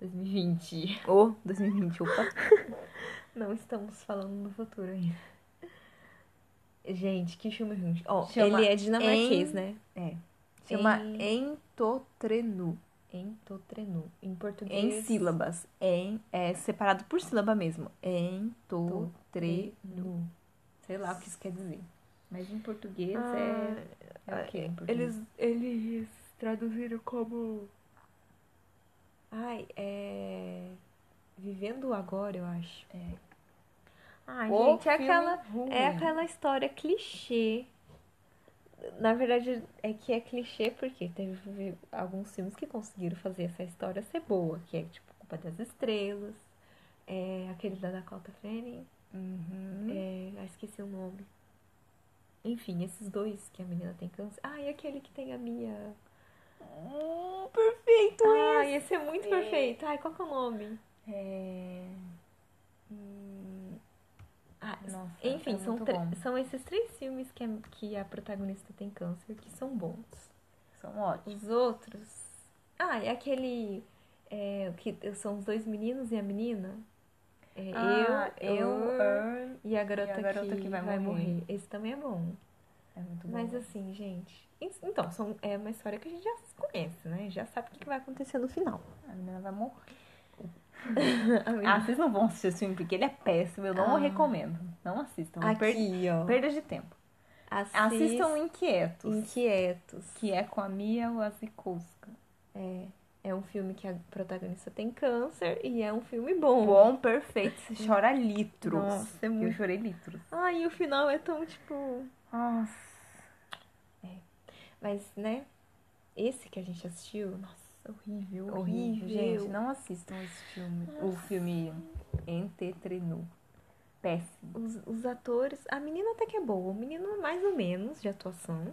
S1: 2020.
S2: Ou 2020, opa.
S1: Não estamos falando do futuro ainda. Gente, que filme ruim. Ó,
S2: Chama
S1: ele é dinamarquês,
S2: Em-
S1: né?
S2: Chama
S1: Em-
S2: Entotrenu.
S1: Entotrenu. Em português.
S2: Em sílabas. Em, é separado por sílaba mesmo. Em, to, tre,
S1: Trenu.
S2: sei lá o que isso quer dizer.
S1: Mas em português
S2: Ah,
S1: é. É o quê? em português?
S2: Eles, eles traduziram como.
S1: Ai, é. Vivendo agora, eu acho. É. Ai,
S2: Ou
S1: gente, é
S2: filme
S1: aquela.
S2: ruim.
S1: É aquela história clichê. Na verdade, é que é clichê porque teve alguns filmes que conseguiram fazer essa história ser boa, que é tipo Culpa das Estrelas, é, aquele da Dakota Fanning,
S2: Uhum.
S1: é, ah, esqueci o nome. Enfim, esses dois que a menina tem câncer. Ah, e aquele que tem a minha.
S2: Hum, perfeito!
S1: Ai, esse é muito
S2: É.
S1: perfeito. Ai, qual que é o nome?
S2: É...
S1: Ah,
S2: Nossa,
S1: Enfim,
S2: é
S1: são,
S2: muito
S1: tre-
S2: bom.
S1: são esses três filmes que a- que a protagonista tem câncer que são bons.
S2: São ótimos.
S1: Os outros. Ah, é aquele. É, que são os dois meninos e a menina. É,
S2: Ah,
S1: eu, eu,
S2: eu,
S1: e a garota,
S2: e a garota
S1: que,
S2: que
S1: vai,
S2: vai
S1: morrer.
S2: morrer.
S1: Esse também é bom.
S2: É muito bom.
S1: Mas assim, gente. ins- Então, são, é uma história que a gente já conhece, né? Já sabe o que que vai acontecer no final.
S2: A menina vai morrer.
S1: A
S2: [LAUGHS] Ah,
S1: menina-
S2: vocês não vão assistir esse filme porque ele é péssimo. Eu não
S1: Ah.
S2: recomendo. Não assistam. Per-
S1: aqui, ó.
S2: Perda de tempo.
S1: Assistam
S2: Assistam Inquietos,
S1: Inquietos.
S2: que é com a Mia Wasikowska.
S1: É um filme que a protagonista tem câncer e é um filme bom.
S2: Bom, perfeito. Você chora litros.
S1: Nossa, é
S2: Eu
S1: muito.
S2: chorei litros.
S1: Ai, e o final é tão tipo.
S2: Nossa.
S1: Mas, né? Esse que a gente assistiu, nossa, horrível, horrível.
S2: Horrível. Gente, não assistam esse filme. O filme Entretrenu. Péssimo.
S1: Os, os atores. A menina até que é boa. O menino, mais ou menos, de atuação.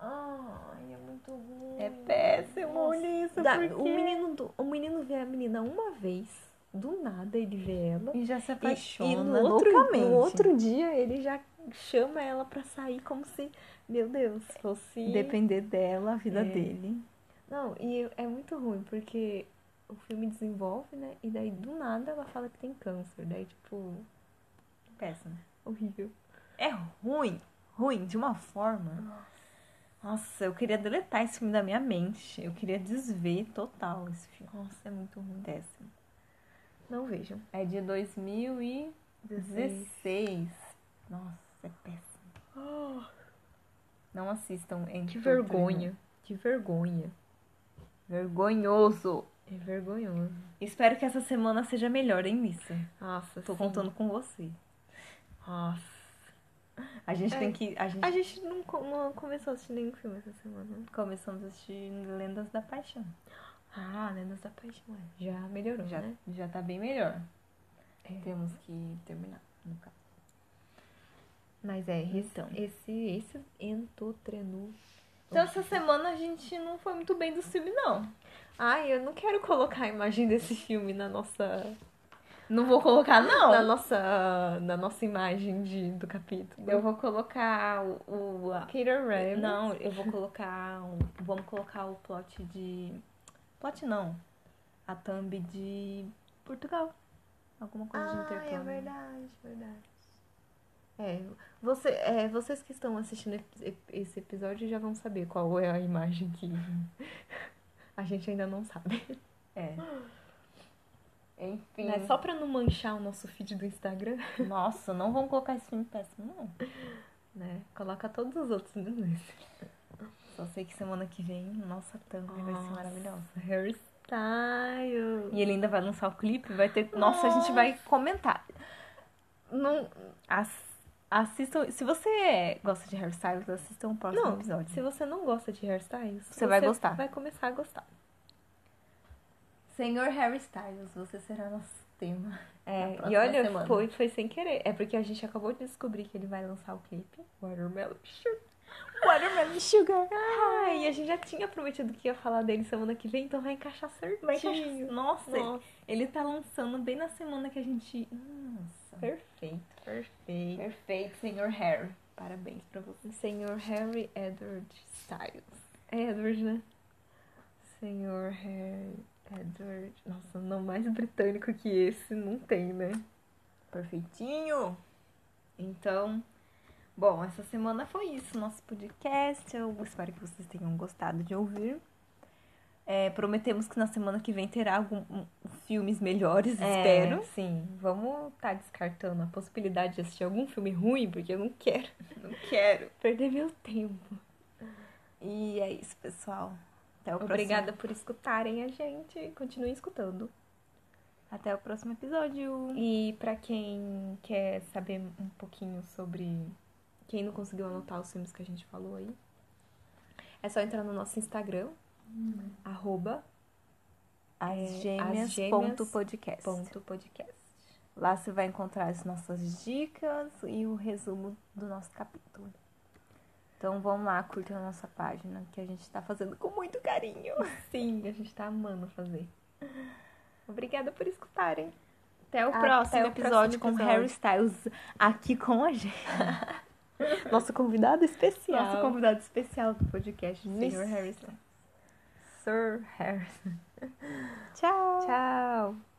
S1: Ai, é muito ruim.
S2: É péssimo,
S1: Nossa.
S2: olha isso.
S1: Dá-
S2: por
S1: o,
S2: quê?
S1: menino do- o menino vê a menina uma vez, do nada ele vê ela.
S2: E já se
S1: E,
S2: apaixona
S1: e no, outro,
S2: loucamente.
S1: no outro dia ele já chama ela pra sair como se, meu Deus, fosse.
S2: Depender dela, a vida
S1: É.
S2: dele.
S1: Não, e é muito ruim, porque o filme desenvolve, né? E daí do nada ela fala que tem câncer. Daí, tipo,
S2: Péssimo.
S1: horrível.
S2: É ruim. Ruim de uma forma. Nossa, eu queria deletar esse filme da minha mente. Eu queria desver total esse filme.
S1: Nossa, é muito ruim.
S2: Péssimo.
S1: Não vejam.
S2: É de 2016. Nossa, é péssimo. Não assistam em
S1: Oh, Que
S2: todo
S1: vergonha. Que vergonha.
S2: tempo. Vergonhoso.
S1: É vergonhoso.
S2: Espero que essa semana seja melhor, hein, Missa?
S1: Nossa,
S2: Tô
S1: sim.
S2: contando com você.
S1: Nossa.
S2: A gente
S1: É.
S2: tem que. A gente,
S1: A gente não, co- não começou a assistir nenhum filme essa semana.
S2: começamos a assistir Lendas da Paixão.
S1: Ah, Lendas da Paixão. é. Já melhorou,
S2: Já,
S1: né?
S2: já tá bem melhor.
S1: É.
S2: Temos que terminar, no caso.
S1: Mas é, esse,
S2: Então.
S1: esse, esse entotrenu.
S2: Então, essa semana a gente não foi muito bem do filme, não.
S1: Ai, eu não quero colocar a imagem desse filme na nossa
S2: Não vou colocar, não.
S1: na nossa, na nossa imagem de, do capítulo.
S2: Eu vou colocar o. o- a-
S1: Peter Rabbit.
S2: Não, eu vou colocar. o- Vamos colocar o plot de. Plot não. A thumb de Portugal. Alguma coisa de
S1: Ah,
S2: intercâmbio.
S1: é verdade, verdade. É, você, é, vocês que estão assistindo ep- ep- esse episódio já vão saber qual é a imagem que a gente ainda não sabe.
S2: É. [GASPS] Enfim.
S1: Mas só pra não manchar o nosso feed do Instagram,
S2: Nossa, não vamos colocar esse filme péssimo, não.
S1: né? Coloca todos os outros menos esse.
S2: Só sei que semana que vem, nossa thumb vai ser
S1: Nossa.
S2: maravilhosa.
S1: Harry
S2: Tá,
S1: Styles.
S2: E ele ainda vai lançar o clipe, vai ter. Nossa, a gente vai comentar.
S1: Não,
S2: Ass- Assistam. Se você gosta de hairstyles, assistam o próximo
S1: Não,
S2: episódio.
S1: se você não gosta de hairstyles,
S2: Você vai gostar.
S1: Vai começar a gostar.
S2: Senhor hairstyles, você será nosso tema. Na
S1: É, e
S2: próxima
S1: olha,
S2: semana.
S1: foi, foi sem querer. É porque a gente acabou de descobrir que ele vai lançar o clipe Watermelon Sugar.
S2: Watermelon Sugar.
S1: Ai, e a gente já tinha prometido que ia falar dele semana que vem, então vai encaixar certinho.
S2: Vai encaixar- Nossa,
S1: Nossa,
S2: ele tá lançando bem na semana que a gente. Nossa.
S1: perfeito, perfeito.
S2: Perfeito, senhor Harry. Parabéns pra você.
S1: Senhor Harry Edward Styles. É Edward, né? Senhor Harry Edward. Nossa, não mais britânico que esse não tem, né?
S2: Perfeitinho. Então, bom, essa semana foi isso, nosso podcast. Eu espero que vocês tenham gostado de ouvir. É, prometemos que na semana que vem terá algum, um- filmes melhores,
S1: É,
S2: espero.
S1: Sim, vamos tá descartando a possibilidade de assistir algum filme ruim, porque eu não quero
S2: Não quero.
S1: perder meu tempo.
S2: E é isso, pessoal. Até o
S1: Obrigada por escutarem a gente. Continuem escutando.
S2: próximo. Até o próximo episódio.
S1: E pra quem quer saber um pouquinho sobre quem não conseguiu anotar os filmes que a gente falou aí, é só entrar no nosso Instagram, arroba
S2: As
S1: é, As
S2: gêmeas.
S1: Gêmeas
S2: Ponto podcast.
S1: ponto podcast.
S2: Lá você vai encontrar as nossas dicas e o resumo do nosso capítulo. Então vamos lá, curta a nossa página que a gente tá fazendo com muito carinho.
S1: [LAUGHS] Sim, a gente tá amando fazer. Obrigada por escutarem. Até o
S2: Até
S1: próximo
S2: o
S1: episódio com Harry
S2: Styles aqui com a gente. [LAUGHS] Nosso convidado especial.
S1: Nosso
S2: convidado especial do podcast,
S1: Sr. Harry Styles. Sir Harry.
S2: Tchau.
S1: Tchau.